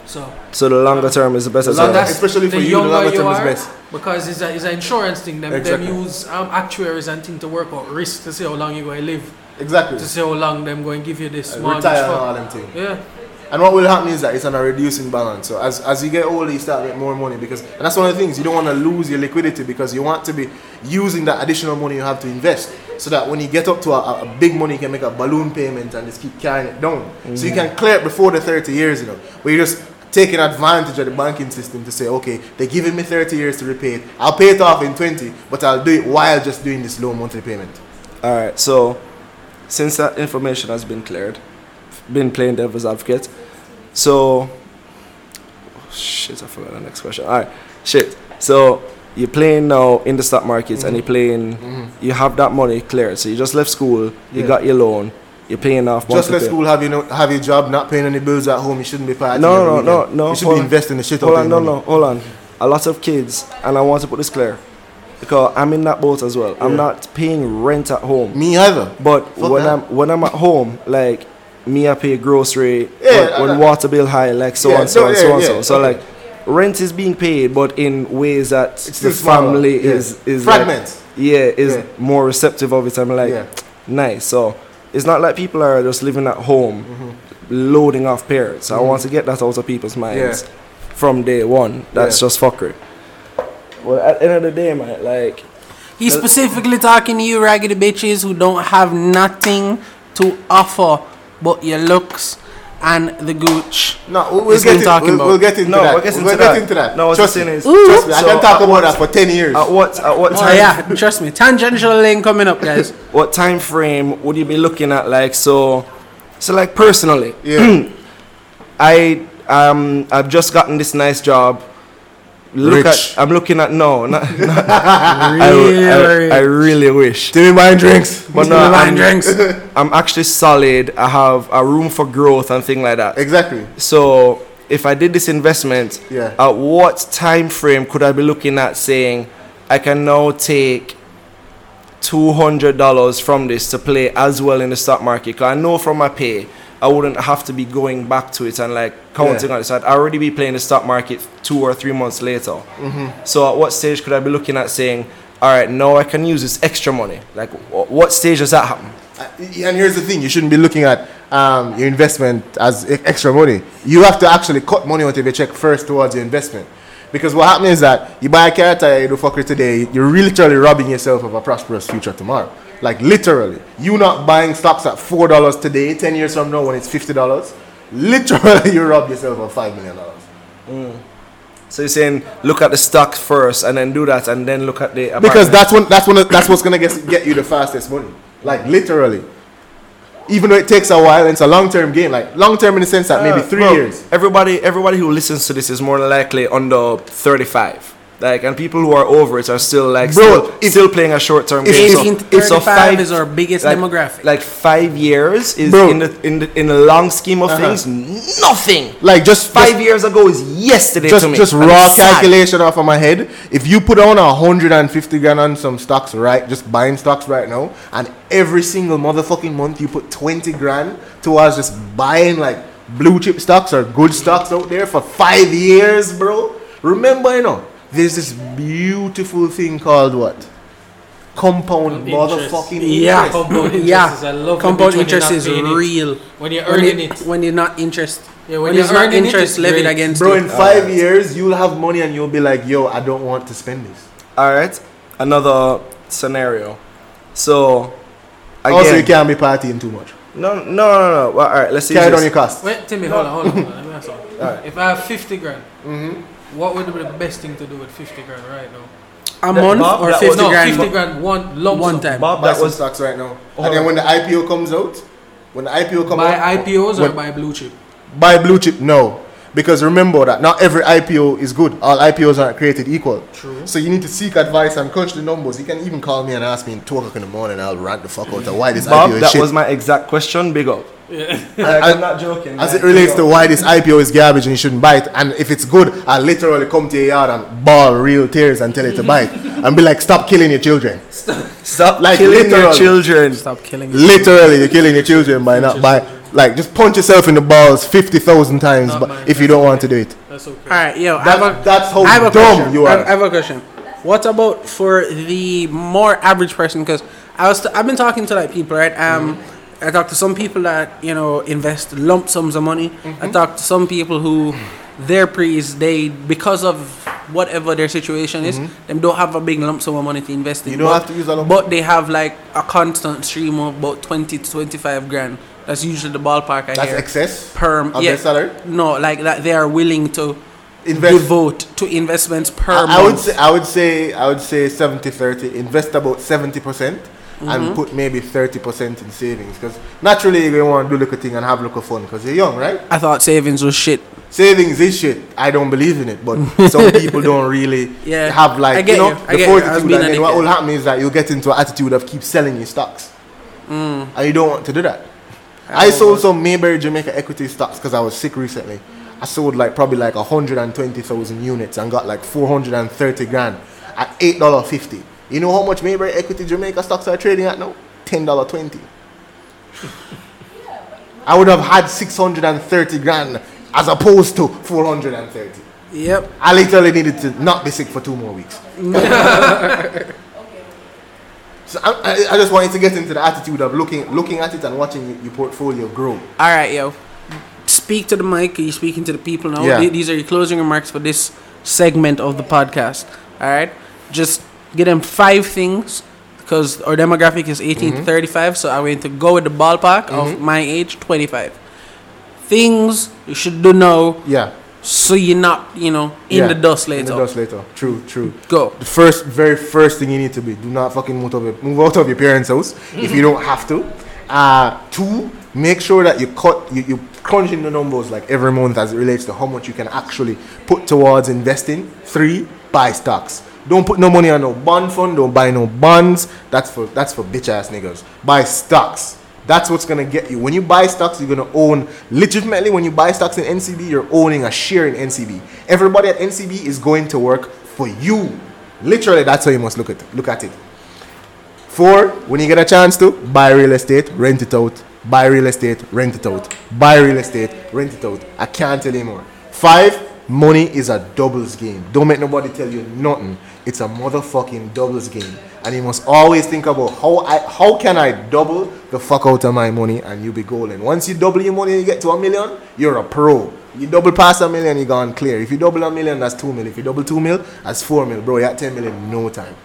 [SPEAKER 4] So
[SPEAKER 2] so the longer term is the better
[SPEAKER 3] Longer-
[SPEAKER 2] term.
[SPEAKER 4] that's
[SPEAKER 3] especially for
[SPEAKER 4] the
[SPEAKER 3] you, the
[SPEAKER 4] younger
[SPEAKER 3] longer
[SPEAKER 4] you
[SPEAKER 3] term is
[SPEAKER 4] are,
[SPEAKER 3] best.
[SPEAKER 4] Because it's a, it's an insurance thing. Them,
[SPEAKER 3] Exactly.
[SPEAKER 4] them use um, actuaries and thing to work out risk to see how long you're going to live,
[SPEAKER 3] Exactly.
[SPEAKER 4] to see how long them going to give you this mortgage
[SPEAKER 3] Retire and all
[SPEAKER 4] for.
[SPEAKER 3] them things.
[SPEAKER 4] Yeah.
[SPEAKER 3] And what will happen is that it's on a reducing balance. So as, as you get older, you start getting more money because, and that's one of the things you don't want to lose your liquidity because you want to be using that additional money you have to invest so that when you get up to a, a big money, you can make a balloon payment and just keep carrying it down. So you can clear it before the 30 years, you know, where you're just taking advantage of the banking system to say, okay, they're giving me 30 years to repay it. I'll pay it off in 20, but I'll do it while just doing this low monthly payment.
[SPEAKER 2] all right so since that information has been cleared been playing devil's advocate so shit I forgot the next question all right shit so you're playing now in the stock markets and you're
[SPEAKER 3] Mm-hmm.
[SPEAKER 2] playing you have that money cleared so you just left school you
[SPEAKER 3] Yeah.
[SPEAKER 2] got your loan you're paying off
[SPEAKER 3] Just
[SPEAKER 2] monthly
[SPEAKER 3] let
[SPEAKER 2] pay-
[SPEAKER 3] school have you know, have your job, not paying any bills at home. You shouldn't be partying.
[SPEAKER 2] No,
[SPEAKER 3] every
[SPEAKER 2] no, no,
[SPEAKER 3] weekend.
[SPEAKER 2] no,
[SPEAKER 3] You should
[SPEAKER 2] hold
[SPEAKER 3] be
[SPEAKER 2] on.
[SPEAKER 3] investing the shit out of
[SPEAKER 2] Hold on,
[SPEAKER 3] your
[SPEAKER 2] no,
[SPEAKER 3] money.
[SPEAKER 2] no, hold on. A lot of kids, and I want to put this clear, because I'm in that boat as well. I'm
[SPEAKER 3] Yeah.
[SPEAKER 2] not paying rent at home,
[SPEAKER 3] Me either.
[SPEAKER 2] but
[SPEAKER 3] Fuck
[SPEAKER 2] when
[SPEAKER 3] that.
[SPEAKER 2] I'm when I'm at home, like me, I pay grocery,
[SPEAKER 3] Yeah,
[SPEAKER 2] when, when
[SPEAKER 3] I-
[SPEAKER 2] water bill high, like so
[SPEAKER 3] Yeah,
[SPEAKER 2] and so
[SPEAKER 3] no,
[SPEAKER 2] and
[SPEAKER 3] yeah,
[SPEAKER 2] so and
[SPEAKER 3] yeah,
[SPEAKER 2] so. So
[SPEAKER 3] okay.
[SPEAKER 2] like, rent is being paid, but in ways that
[SPEAKER 3] It's
[SPEAKER 2] the
[SPEAKER 3] still smaller,
[SPEAKER 2] family
[SPEAKER 3] yeah.
[SPEAKER 2] is is like-
[SPEAKER 3] fragments.
[SPEAKER 2] yeah, is
[SPEAKER 3] Yeah.
[SPEAKER 2] more receptive of it. I'm like,
[SPEAKER 3] Yeah.
[SPEAKER 2] nice. So it's not like people are just living at home,
[SPEAKER 3] Mm-hmm.
[SPEAKER 2] loading off parents. I want to get that out of people's minds from day one. That's
[SPEAKER 3] Yeah.
[SPEAKER 2] just fuckery. Well, at the end of the day, man, like,
[SPEAKER 1] He's specifically talking to you, raggedy bitches who don't have nothing to offer but your looks and the gooch.
[SPEAKER 3] No, we'll,
[SPEAKER 1] It's
[SPEAKER 3] we'll, get,
[SPEAKER 1] been
[SPEAKER 3] in,
[SPEAKER 1] talking
[SPEAKER 3] we'll,
[SPEAKER 1] about-
[SPEAKER 3] we'll get into
[SPEAKER 2] No,
[SPEAKER 3] that.
[SPEAKER 2] we'll get into
[SPEAKER 3] we'll
[SPEAKER 2] that.
[SPEAKER 3] get into that.
[SPEAKER 2] No, what
[SPEAKER 3] trust
[SPEAKER 2] I'm
[SPEAKER 3] me.
[SPEAKER 2] saying is-
[SPEAKER 3] trust me. I
[SPEAKER 2] So,
[SPEAKER 3] can talk
[SPEAKER 2] uh,
[SPEAKER 3] about that for ten years.
[SPEAKER 2] at what at what
[SPEAKER 1] Oh
[SPEAKER 2] time
[SPEAKER 1] yeah, trust me. Tangential lane coming up, guys.
[SPEAKER 2] what time frame would you be looking at? Like, so, so like personally,
[SPEAKER 3] yeah,
[SPEAKER 2] [clears throat] I um I've just gotten this nice job. Look
[SPEAKER 3] Rich.
[SPEAKER 2] at I'm looking at no, not, [laughs] I,
[SPEAKER 1] Really?
[SPEAKER 2] I, I really wish.
[SPEAKER 3] Timmy buying drinks.
[SPEAKER 2] But no,
[SPEAKER 1] Still buying
[SPEAKER 2] I'm, [laughs]
[SPEAKER 1] drinks.
[SPEAKER 2] I'm actually solid. I have a room for growth and thing like that.
[SPEAKER 3] Exactly.
[SPEAKER 2] So if I did this investment,
[SPEAKER 3] Yeah.
[SPEAKER 2] at what time frame could I be looking at saying I can now take two hundred dollars from this to play as well in the stock market? Because I know from my pay, I wouldn't have to be going back to it and like counting
[SPEAKER 3] Yeah.
[SPEAKER 2] on it. So I'd already be playing the stock market two or three months later.
[SPEAKER 3] Mm-hmm.
[SPEAKER 2] So at what stage could I be looking at saying? All right, now I can use this extra money. Like, wh- what stage does that happen?
[SPEAKER 3] Uh, And here's the thing: you shouldn't be looking at um, your investment as e- extra money. You have to actually cut money out of your check first towards your investment, because what happens is that you buy a car tire, you do fuckery today, you're literally robbing yourself of a prosperous future tomorrow. Like literally, you not buying stocks at four dollars today, ten years from now when it's fifty dollars, literally [laughs] you rob yourself of five million dollars.
[SPEAKER 2] So you're saying look at the stock first and then do that and then look at the apartment.
[SPEAKER 3] Because that's when that's when that's what's gonna get get you the fastest money. Like literally. Even though it takes a while, it's a long term game. Like long term in the sense that maybe
[SPEAKER 2] Uh,
[SPEAKER 3] three
[SPEAKER 2] bro,
[SPEAKER 3] years.
[SPEAKER 2] Everybody, everybody who listens to this is more than likely under 35. Like, and people who are over it are still like
[SPEAKER 3] Bro,
[SPEAKER 2] still,
[SPEAKER 3] if-
[SPEAKER 2] still playing a short term
[SPEAKER 3] if-
[SPEAKER 2] game. So-
[SPEAKER 1] 18 to
[SPEAKER 2] so
[SPEAKER 1] 35
[SPEAKER 2] five-
[SPEAKER 1] is our biggest
[SPEAKER 2] like-
[SPEAKER 1] demographic.
[SPEAKER 2] Like five years is
[SPEAKER 3] Bro.
[SPEAKER 2] in the in the in the long scheme of
[SPEAKER 3] Uh-huh.
[SPEAKER 2] things nothing.
[SPEAKER 3] Like just
[SPEAKER 2] Five
[SPEAKER 3] just,
[SPEAKER 2] years ago is yesterday
[SPEAKER 3] just,
[SPEAKER 2] to me.
[SPEAKER 3] just
[SPEAKER 2] And
[SPEAKER 3] raw
[SPEAKER 2] it's sad.
[SPEAKER 3] calculation off of my head. If you put on a hundred and fifty grand on some stocks right, just buying stocks right now, and every single motherfucking month you put twenty grand towards just buying like blue chip stocks or good stocks out there for five years, bro. Remember, you know, there's this beautiful thing called what? Compound
[SPEAKER 4] Interest.
[SPEAKER 3] motherfucking
[SPEAKER 1] yeah,
[SPEAKER 3] interest.
[SPEAKER 4] Compound interest
[SPEAKER 1] yeah.
[SPEAKER 4] is a lovely
[SPEAKER 1] Compound
[SPEAKER 4] bitch when
[SPEAKER 1] interest
[SPEAKER 4] you're
[SPEAKER 1] is
[SPEAKER 4] not paying it.
[SPEAKER 1] real.
[SPEAKER 4] When you're
[SPEAKER 1] When,
[SPEAKER 4] earning
[SPEAKER 1] it-
[SPEAKER 4] it.
[SPEAKER 1] when you're not interest,
[SPEAKER 4] Yeah, when
[SPEAKER 1] when,
[SPEAKER 4] you're
[SPEAKER 1] it's not
[SPEAKER 4] earning it,
[SPEAKER 1] interest
[SPEAKER 4] it's
[SPEAKER 1] levied
[SPEAKER 4] great.
[SPEAKER 1] against
[SPEAKER 3] Bro,
[SPEAKER 1] you.
[SPEAKER 3] in five years you'll have money and you'll be like, yo, I don't want to spend this.
[SPEAKER 2] All right, another scenario. So again,
[SPEAKER 3] Also, you can't be partying too much.
[SPEAKER 2] no, no, no, no. Well, all right, let's see.
[SPEAKER 3] Carry down your costs.
[SPEAKER 4] Wait, Timmy, hold on, hold on. hold on. Let me
[SPEAKER 3] [laughs]
[SPEAKER 4] ask
[SPEAKER 3] Mm-hmm.
[SPEAKER 4] something. If I have 50 grand, what would be the best thing to do with 50 grand right now?
[SPEAKER 1] a
[SPEAKER 2] That
[SPEAKER 1] month
[SPEAKER 2] Bob,
[SPEAKER 1] or
[SPEAKER 2] that was-
[SPEAKER 1] fifty
[SPEAKER 4] no,
[SPEAKER 1] grand?
[SPEAKER 4] 50 grand, one lump
[SPEAKER 1] One
[SPEAKER 4] sum.
[SPEAKER 1] time.
[SPEAKER 2] Bob,
[SPEAKER 3] Buy
[SPEAKER 2] that
[SPEAKER 3] some
[SPEAKER 2] was Oh,
[SPEAKER 3] stocks right now.
[SPEAKER 2] on.
[SPEAKER 3] And then when the IPO comes out, when the IPO comes out,
[SPEAKER 4] Buy IPOs or
[SPEAKER 3] when-
[SPEAKER 4] buy blue chip?
[SPEAKER 3] buy blue chip? No. Because remember that not every IPO is good. All IPOs aren't created equal.
[SPEAKER 4] True.
[SPEAKER 3] So you need to seek advice and crunch the numbers. You can even call me and ask me in 2 o'clock in the morning. I'll rant the fuck out of why this
[SPEAKER 2] Bob.
[SPEAKER 3] IPO is
[SPEAKER 2] That
[SPEAKER 3] shit.
[SPEAKER 2] was my exact question. Big up. Like,
[SPEAKER 3] I-
[SPEAKER 2] I'm not joking.
[SPEAKER 3] as
[SPEAKER 2] like,
[SPEAKER 3] it relates
[SPEAKER 2] big
[SPEAKER 3] to
[SPEAKER 2] up.
[SPEAKER 3] why this IPO is garbage and you shouldn't buy it. And if it's good, I'll literally come to your yard and ball real tears and tell you to buy it. And be like, stop killing your children.
[SPEAKER 2] stop
[SPEAKER 3] like,
[SPEAKER 2] killing your
[SPEAKER 3] literal.
[SPEAKER 2] children.
[SPEAKER 1] Stop killing. it.
[SPEAKER 3] Literally, you're killing your children by not by like just punch yourself in the balls fifty thousand times,
[SPEAKER 4] Not
[SPEAKER 3] but
[SPEAKER 4] mine,
[SPEAKER 3] if you don't want to do it,
[SPEAKER 4] That's okay.
[SPEAKER 1] All right, yo, I have
[SPEAKER 3] that,
[SPEAKER 1] a,
[SPEAKER 3] that's how
[SPEAKER 1] I have a
[SPEAKER 3] dumb
[SPEAKER 1] question.
[SPEAKER 3] you
[SPEAKER 1] I
[SPEAKER 3] are.
[SPEAKER 1] have- I have a question. What about for the more average person? Because I was, t- I've been talking to like people, right? Um,
[SPEAKER 3] Mm-hmm.
[SPEAKER 1] I talked to some people that you know invest lump sums of money.
[SPEAKER 3] Mm-hmm.
[SPEAKER 1] I talked to some people who their pre's they because of whatever their situation is, them don't have a big lump sum of money to invest in.
[SPEAKER 3] Mm-hmm. You don't
[SPEAKER 1] but,
[SPEAKER 3] have to use a lump
[SPEAKER 1] but they have like a constant stream of about twenty to twenty-five grand. That's usually the ballpark I
[SPEAKER 3] that's
[SPEAKER 1] hear
[SPEAKER 3] excess
[SPEAKER 1] per
[SPEAKER 3] of
[SPEAKER 1] yeah,
[SPEAKER 3] their salary.
[SPEAKER 1] No, like that they are willing to
[SPEAKER 3] Invest.
[SPEAKER 1] devote to investments per
[SPEAKER 3] I,
[SPEAKER 1] month.
[SPEAKER 3] I would say I would say I would say 70 30 invest about 70 percent
[SPEAKER 1] Mm-hmm.
[SPEAKER 3] and put maybe 30 percent in savings because naturally you're gonna want to do little thing and have little fun because you're young right
[SPEAKER 1] I thought savings was shit.
[SPEAKER 3] savings is shit I don't believe in
[SPEAKER 1] [laughs]
[SPEAKER 3] it but some people don't really
[SPEAKER 1] Yeah,
[SPEAKER 3] have like
[SPEAKER 1] I get
[SPEAKER 3] you know
[SPEAKER 1] you, I get
[SPEAKER 3] the
[SPEAKER 1] you, I was
[SPEAKER 3] fortitude
[SPEAKER 1] being
[SPEAKER 3] and
[SPEAKER 1] a
[SPEAKER 3] then what
[SPEAKER 1] dickhead.
[SPEAKER 3] will happen is that you'll get into an attitude of keep selling your stocks
[SPEAKER 1] Mm.
[SPEAKER 3] and you don't want to do that I, sold some Mayberry Jamaica equity stocks because I was sick recently. I sold like probably like 120,000 units and got like 430 grand at $8.50. You know how much Mayberry equity Jamaica stocks are trading at now? $10.20. I would have had 630 grand as opposed to 430.
[SPEAKER 1] Yep.
[SPEAKER 3] I literally needed to not be sick for two more [laughs] weeks. so I, I, I just wanted to get into the attitude of looking looking at it and watching your, your portfolio grow.
[SPEAKER 1] All right, yo. Speak to the mic. Are you speaking to the people now?
[SPEAKER 3] Yeah.
[SPEAKER 1] Th- These are your closing remarks for this segment of the podcast. All right. Just give them five things because our demographic is 18
[SPEAKER 3] Mm-hmm.
[SPEAKER 1] to 35. So I'm going to go with the ballpark of my age, 25. Things you should do now
[SPEAKER 3] Yeah.
[SPEAKER 1] so you're not, you know, in
[SPEAKER 3] yeah.
[SPEAKER 1] the dust later.
[SPEAKER 3] In the dust later. True, true.
[SPEAKER 1] Go.
[SPEAKER 3] The first, very first thing you need to be: do not fucking move out of your, move out of your parents' house if you don't have to. Uh, two, make sure that you cut you you crunch in the numbers like every month as it relates to how much you can actually put towards investing. Three, buy stocks. Don't put no money on no bond fund. Don't buy no bonds. That's for that's for bitch ass niggas. Buy stocks. That's what's gonna get you. When you buy stocks, you're gonna own legitimately. When you buy stocks in NCB, you're owning a share in NCB. Everybody at NCB is going to work for you. Literally, that's how you must look at look at it. Four, when you get a chance to buy real estate, rent it out. Buy real estate, rent it out. Buy real estate, rent it out. I can't tell you more. Five, money is a doubles game. Don't make nobody tell you nothing. It's a motherfucking doubles game, and you must always think about how I how can I double the fuck out of my money, and you be golden. Once you double your money, you get to a million. You're a pro. You double past a million, you gone clear. If you double a million, that's two mil. If you double two mil, that's four mil, bro. You're at ten million in no time.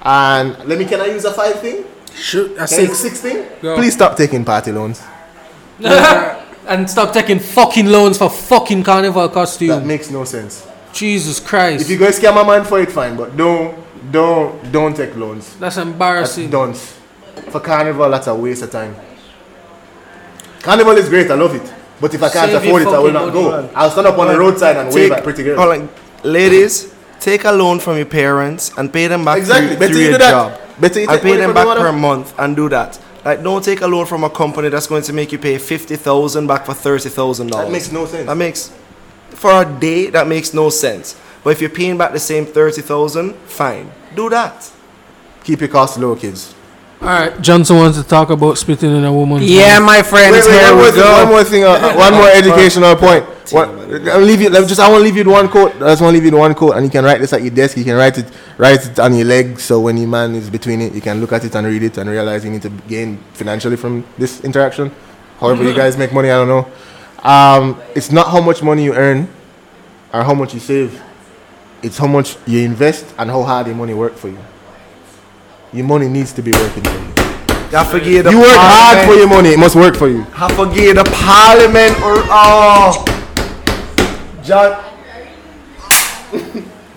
[SPEAKER 3] And let me, can I use a five thing?
[SPEAKER 1] Shoot, a
[SPEAKER 3] Can I use
[SPEAKER 1] six.
[SPEAKER 3] a six thing?
[SPEAKER 4] Go.
[SPEAKER 3] Please stop taking party loans.
[SPEAKER 4] and stop taking fucking loans for fucking carnival costume.
[SPEAKER 3] That makes no sense.
[SPEAKER 4] Jesus Christ.
[SPEAKER 3] If you go scam a man for it, fine, but don't, don't, don't take loans.
[SPEAKER 4] That's
[SPEAKER 3] That's
[SPEAKER 4] embarrassing.
[SPEAKER 3] dunce. For carnival, that's a waste of time. Carnival is great, I love it. But if I can't
[SPEAKER 4] Save your
[SPEAKER 3] afford it, I will not
[SPEAKER 4] fucking
[SPEAKER 3] go.
[SPEAKER 4] money, man.
[SPEAKER 3] I'll stand up on the roadside and wave
[SPEAKER 2] Take-
[SPEAKER 3] at pretty girls.
[SPEAKER 2] hold on, ladies, take a loan from your parents and pay them back.
[SPEAKER 3] Exactly,
[SPEAKER 2] through-
[SPEAKER 3] better
[SPEAKER 2] through
[SPEAKER 3] you
[SPEAKER 2] your
[SPEAKER 3] do that.
[SPEAKER 2] job.
[SPEAKER 3] Better you
[SPEAKER 2] and
[SPEAKER 3] take
[SPEAKER 2] pay
[SPEAKER 3] money
[SPEAKER 2] them
[SPEAKER 3] from your
[SPEAKER 2] back
[SPEAKER 3] mother.
[SPEAKER 2] per month and do that. Like, don't take a loan from a company that's going to make you pay fifty thousand back for thirty thousand dollars.
[SPEAKER 3] That makes no sense.
[SPEAKER 2] That makes for a day. That makes no sense. But if you're paying back the same thirty thousand, fine, do that.
[SPEAKER 3] Keep your costs low, kids.
[SPEAKER 4] Alright, Johnson wants to talk about spitting in a woman's
[SPEAKER 1] Yeah,
[SPEAKER 4] mouth.
[SPEAKER 1] my friends.
[SPEAKER 3] Mm-hmm. Wait, wait,
[SPEAKER 1] here
[SPEAKER 3] one,
[SPEAKER 1] we
[SPEAKER 3] more thing,
[SPEAKER 1] go.
[SPEAKER 3] one more thing, uh, uh, [laughs] one more educational point. One, I'll leave you. let me Just I want to leave you with one quote. I just want to leave you with one quote, and you can write this at your desk. You can write it, write it on your leg, so when your man is between it, you can look at it and read it and realize you need to gain financially from this interaction. However, you guys make money, I don't know. Um, it's not how much money you earn or how much you save. It's how much you invest and how hard your money work for you. Your money needs to be working for you.
[SPEAKER 2] I forget
[SPEAKER 3] You work hard for your money; it must work for you.
[SPEAKER 2] I forget the parliament or oh, John.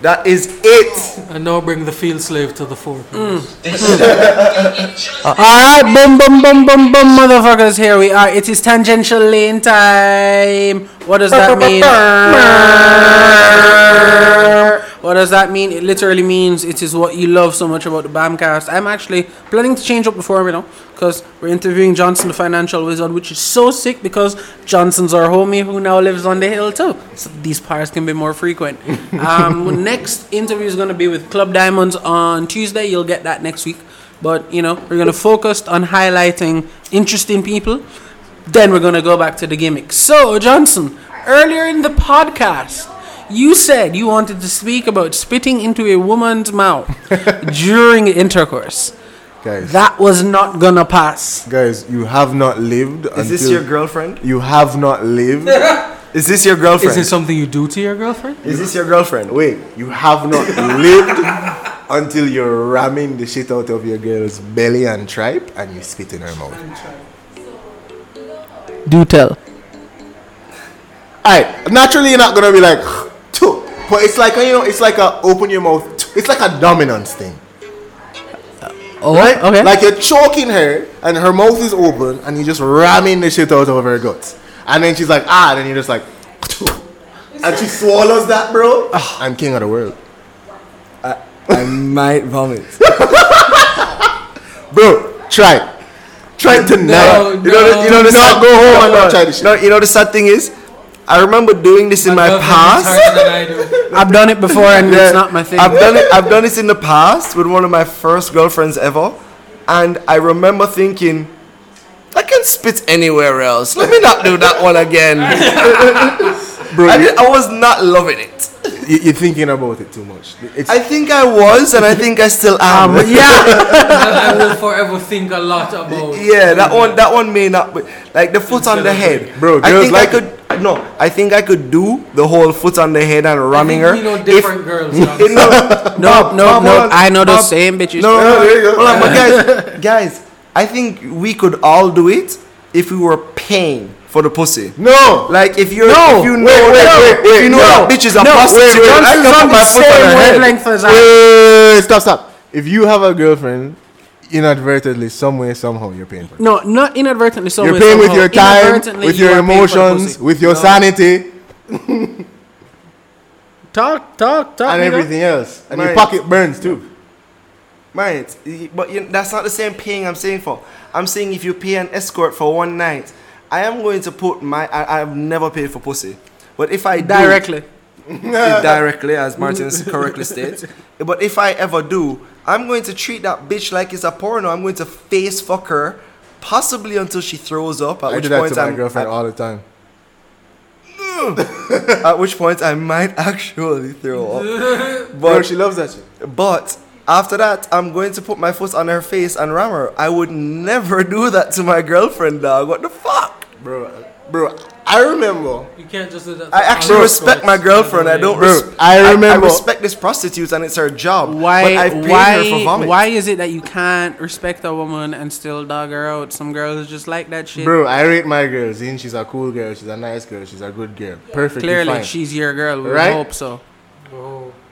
[SPEAKER 3] That is it.
[SPEAKER 4] And now bring the field slave to the fore.
[SPEAKER 2] Mm.
[SPEAKER 4] please.
[SPEAKER 1] All right, boom, boom, boom, boom, boom, motherfuckers. Here we are. It is tangential lane time. What does that mean? what does that mean? It literally means it is what you love so much about the Bamcast. I'm actually planning to change up the form, you know, because we're interviewing Johnson, the financial wizard, which is so sick because Johnson's our homie who now lives on the hill too. So these parts can be more frequent. Um, next interview is going to be with Club Diamonds on Tuesday. You'll get that next week. But you know, we're gonna focus on highlighting interesting people. Then we're gonna go back to the gimmick. So Johnson, earlier in the podcast, you said you wanted to speak about spitting into a woman's
[SPEAKER 3] [laughs]
[SPEAKER 1] mouth during intercourse.
[SPEAKER 3] Guys,
[SPEAKER 1] That was not gonna pass.
[SPEAKER 3] guys, you have not lived.
[SPEAKER 2] Is this your girlfriend?
[SPEAKER 3] You have not
[SPEAKER 2] [laughs]
[SPEAKER 3] lived.
[SPEAKER 2] Is this your girlfriend?
[SPEAKER 4] Is it something you do to your girlfriend?
[SPEAKER 2] Is this your girlfriend?
[SPEAKER 3] Wait, you have not lived until you're ramming the shit out of your girl's belly and tripe and you spit in her mouth.
[SPEAKER 1] Do tell.
[SPEAKER 3] Alright, naturally you're not gonna be like, [sighs] "Tuh," but it's like you know, it's like a open your mouth. "Tuh." It's like a dominance thing.
[SPEAKER 1] Oh,
[SPEAKER 3] Right?
[SPEAKER 1] okay.
[SPEAKER 3] Like you're choking her and her mouth is open and you're just ramming the shit out of her guts. And then she's like, ah, and then you're just like, "Tuh." and she swallows that, bro.
[SPEAKER 2] Ah.
[SPEAKER 3] I'm king of the world.
[SPEAKER 2] I might vomit.
[SPEAKER 3] Bro, try it. Try it tonight.
[SPEAKER 4] No,
[SPEAKER 3] you know, the, you know, the
[SPEAKER 2] no,
[SPEAKER 3] sad- go home and not try this shit.
[SPEAKER 2] No, you know the sad thing is, I remember doing this in my
[SPEAKER 4] Girlfriend is
[SPEAKER 2] past.
[SPEAKER 4] harder than I do.
[SPEAKER 1] I've done it before, and
[SPEAKER 2] Yeah.
[SPEAKER 1] it's not my thing.
[SPEAKER 2] I've done it. I've done this in the past with one of my first girlfriends ever, and I remember thinking, I can spit anywhere else. Let me not do that one again.
[SPEAKER 3] Bro,
[SPEAKER 2] I,
[SPEAKER 3] you,
[SPEAKER 2] did- I was not loving it.
[SPEAKER 3] you- you're thinking about it too much. It's,
[SPEAKER 2] I think I was, and I think I still am.
[SPEAKER 1] yeah,
[SPEAKER 4] I will forever think a lot about.
[SPEAKER 2] [laughs] yeah, that one. That one may not. Be, like the foot on the head,
[SPEAKER 3] Bro,
[SPEAKER 2] I
[SPEAKER 3] girls
[SPEAKER 2] think
[SPEAKER 3] like
[SPEAKER 2] I could. No, I think I could do the whole foot on the head and
[SPEAKER 4] I
[SPEAKER 2] ramming
[SPEAKER 4] think
[SPEAKER 2] her.
[SPEAKER 4] we know
[SPEAKER 2] if-
[SPEAKER 4] different
[SPEAKER 2] [laughs]
[SPEAKER 4] girls. Now.
[SPEAKER 2] it- no,
[SPEAKER 1] no, no,
[SPEAKER 2] Bob,
[SPEAKER 1] no.
[SPEAKER 2] hold on.
[SPEAKER 1] I know the
[SPEAKER 2] Bob,
[SPEAKER 1] same bitches.
[SPEAKER 2] No,
[SPEAKER 3] Yeah,
[SPEAKER 2] no,
[SPEAKER 3] there you go.
[SPEAKER 2] no. Hold on,
[SPEAKER 3] [laughs]
[SPEAKER 2] but guys, guys, I think we could all do it if we were paying for the pussy.
[SPEAKER 3] no.
[SPEAKER 2] Like if you're,
[SPEAKER 1] No.
[SPEAKER 2] if you
[SPEAKER 3] Wait,
[SPEAKER 2] know,
[SPEAKER 3] wait,
[SPEAKER 2] that-
[SPEAKER 3] wait,
[SPEAKER 2] if
[SPEAKER 3] wait,
[SPEAKER 2] you know
[SPEAKER 3] no.
[SPEAKER 2] that bitch is a
[SPEAKER 3] No,
[SPEAKER 2] prostitute.
[SPEAKER 3] wait, wait, I
[SPEAKER 2] I can
[SPEAKER 3] come
[SPEAKER 2] put
[SPEAKER 3] on
[SPEAKER 2] my
[SPEAKER 3] the
[SPEAKER 2] foot on
[SPEAKER 3] same
[SPEAKER 2] her head.
[SPEAKER 1] wavelength as I.
[SPEAKER 3] Wait, stop, stop. If you have a girlfriend, inadvertently, somewhere, somehow, you're paying for it.
[SPEAKER 1] No, not inadvertently. So
[SPEAKER 3] You're paying with your time, with your emotions, with your sanity,
[SPEAKER 1] talk, talk, talk,
[SPEAKER 3] and
[SPEAKER 1] nigga.
[SPEAKER 3] everything else. And your
[SPEAKER 2] Right.
[SPEAKER 3] pocket burns too.
[SPEAKER 2] Right, but you that's not the same paying I'm saying for. I'm saying if you pay an escort for one night, I am going to put my. I, I've never paid for pussy, but if I do-
[SPEAKER 1] directly.
[SPEAKER 2] indirectly, as Martin correctly states. But if I ever do, I'm going to treat that bitch like it's a porno. I'm going to face fuck her, possibly until she throws up. At
[SPEAKER 3] I
[SPEAKER 2] which
[SPEAKER 3] do that
[SPEAKER 2] point
[SPEAKER 3] to my
[SPEAKER 2] I'm-
[SPEAKER 3] girlfriend
[SPEAKER 2] at-
[SPEAKER 3] all the time.
[SPEAKER 2] at which point I might [laughs] actually throw up.
[SPEAKER 3] [laughs] Bro,
[SPEAKER 2] But
[SPEAKER 3] she loves that shit.
[SPEAKER 2] but after that, I'm going to put my foot on her face and ram her. I would never [laughs] do that to my girlfriend, dog. What the fuck?
[SPEAKER 3] Bro, bro, I remember.
[SPEAKER 4] You can't just do that.
[SPEAKER 2] I actually respect my girlfriend. I don't.
[SPEAKER 3] Bro,
[SPEAKER 2] Res-
[SPEAKER 3] I
[SPEAKER 2] I,
[SPEAKER 3] remember-
[SPEAKER 2] respect this prostitute, and it's her job. But
[SPEAKER 1] Why?
[SPEAKER 2] I've paid her for
[SPEAKER 1] Why?
[SPEAKER 2] vomit.
[SPEAKER 1] Why is it that you can't respect a woman and still dog her out? Some girls just like that shit.
[SPEAKER 3] Bro, I rate my girl. Zin, she's a cool girl. She's a nice girl. She's a good girl. Perfectly
[SPEAKER 1] Clearly,
[SPEAKER 3] fine.
[SPEAKER 1] she's your girl. We
[SPEAKER 3] Right?
[SPEAKER 1] hope so.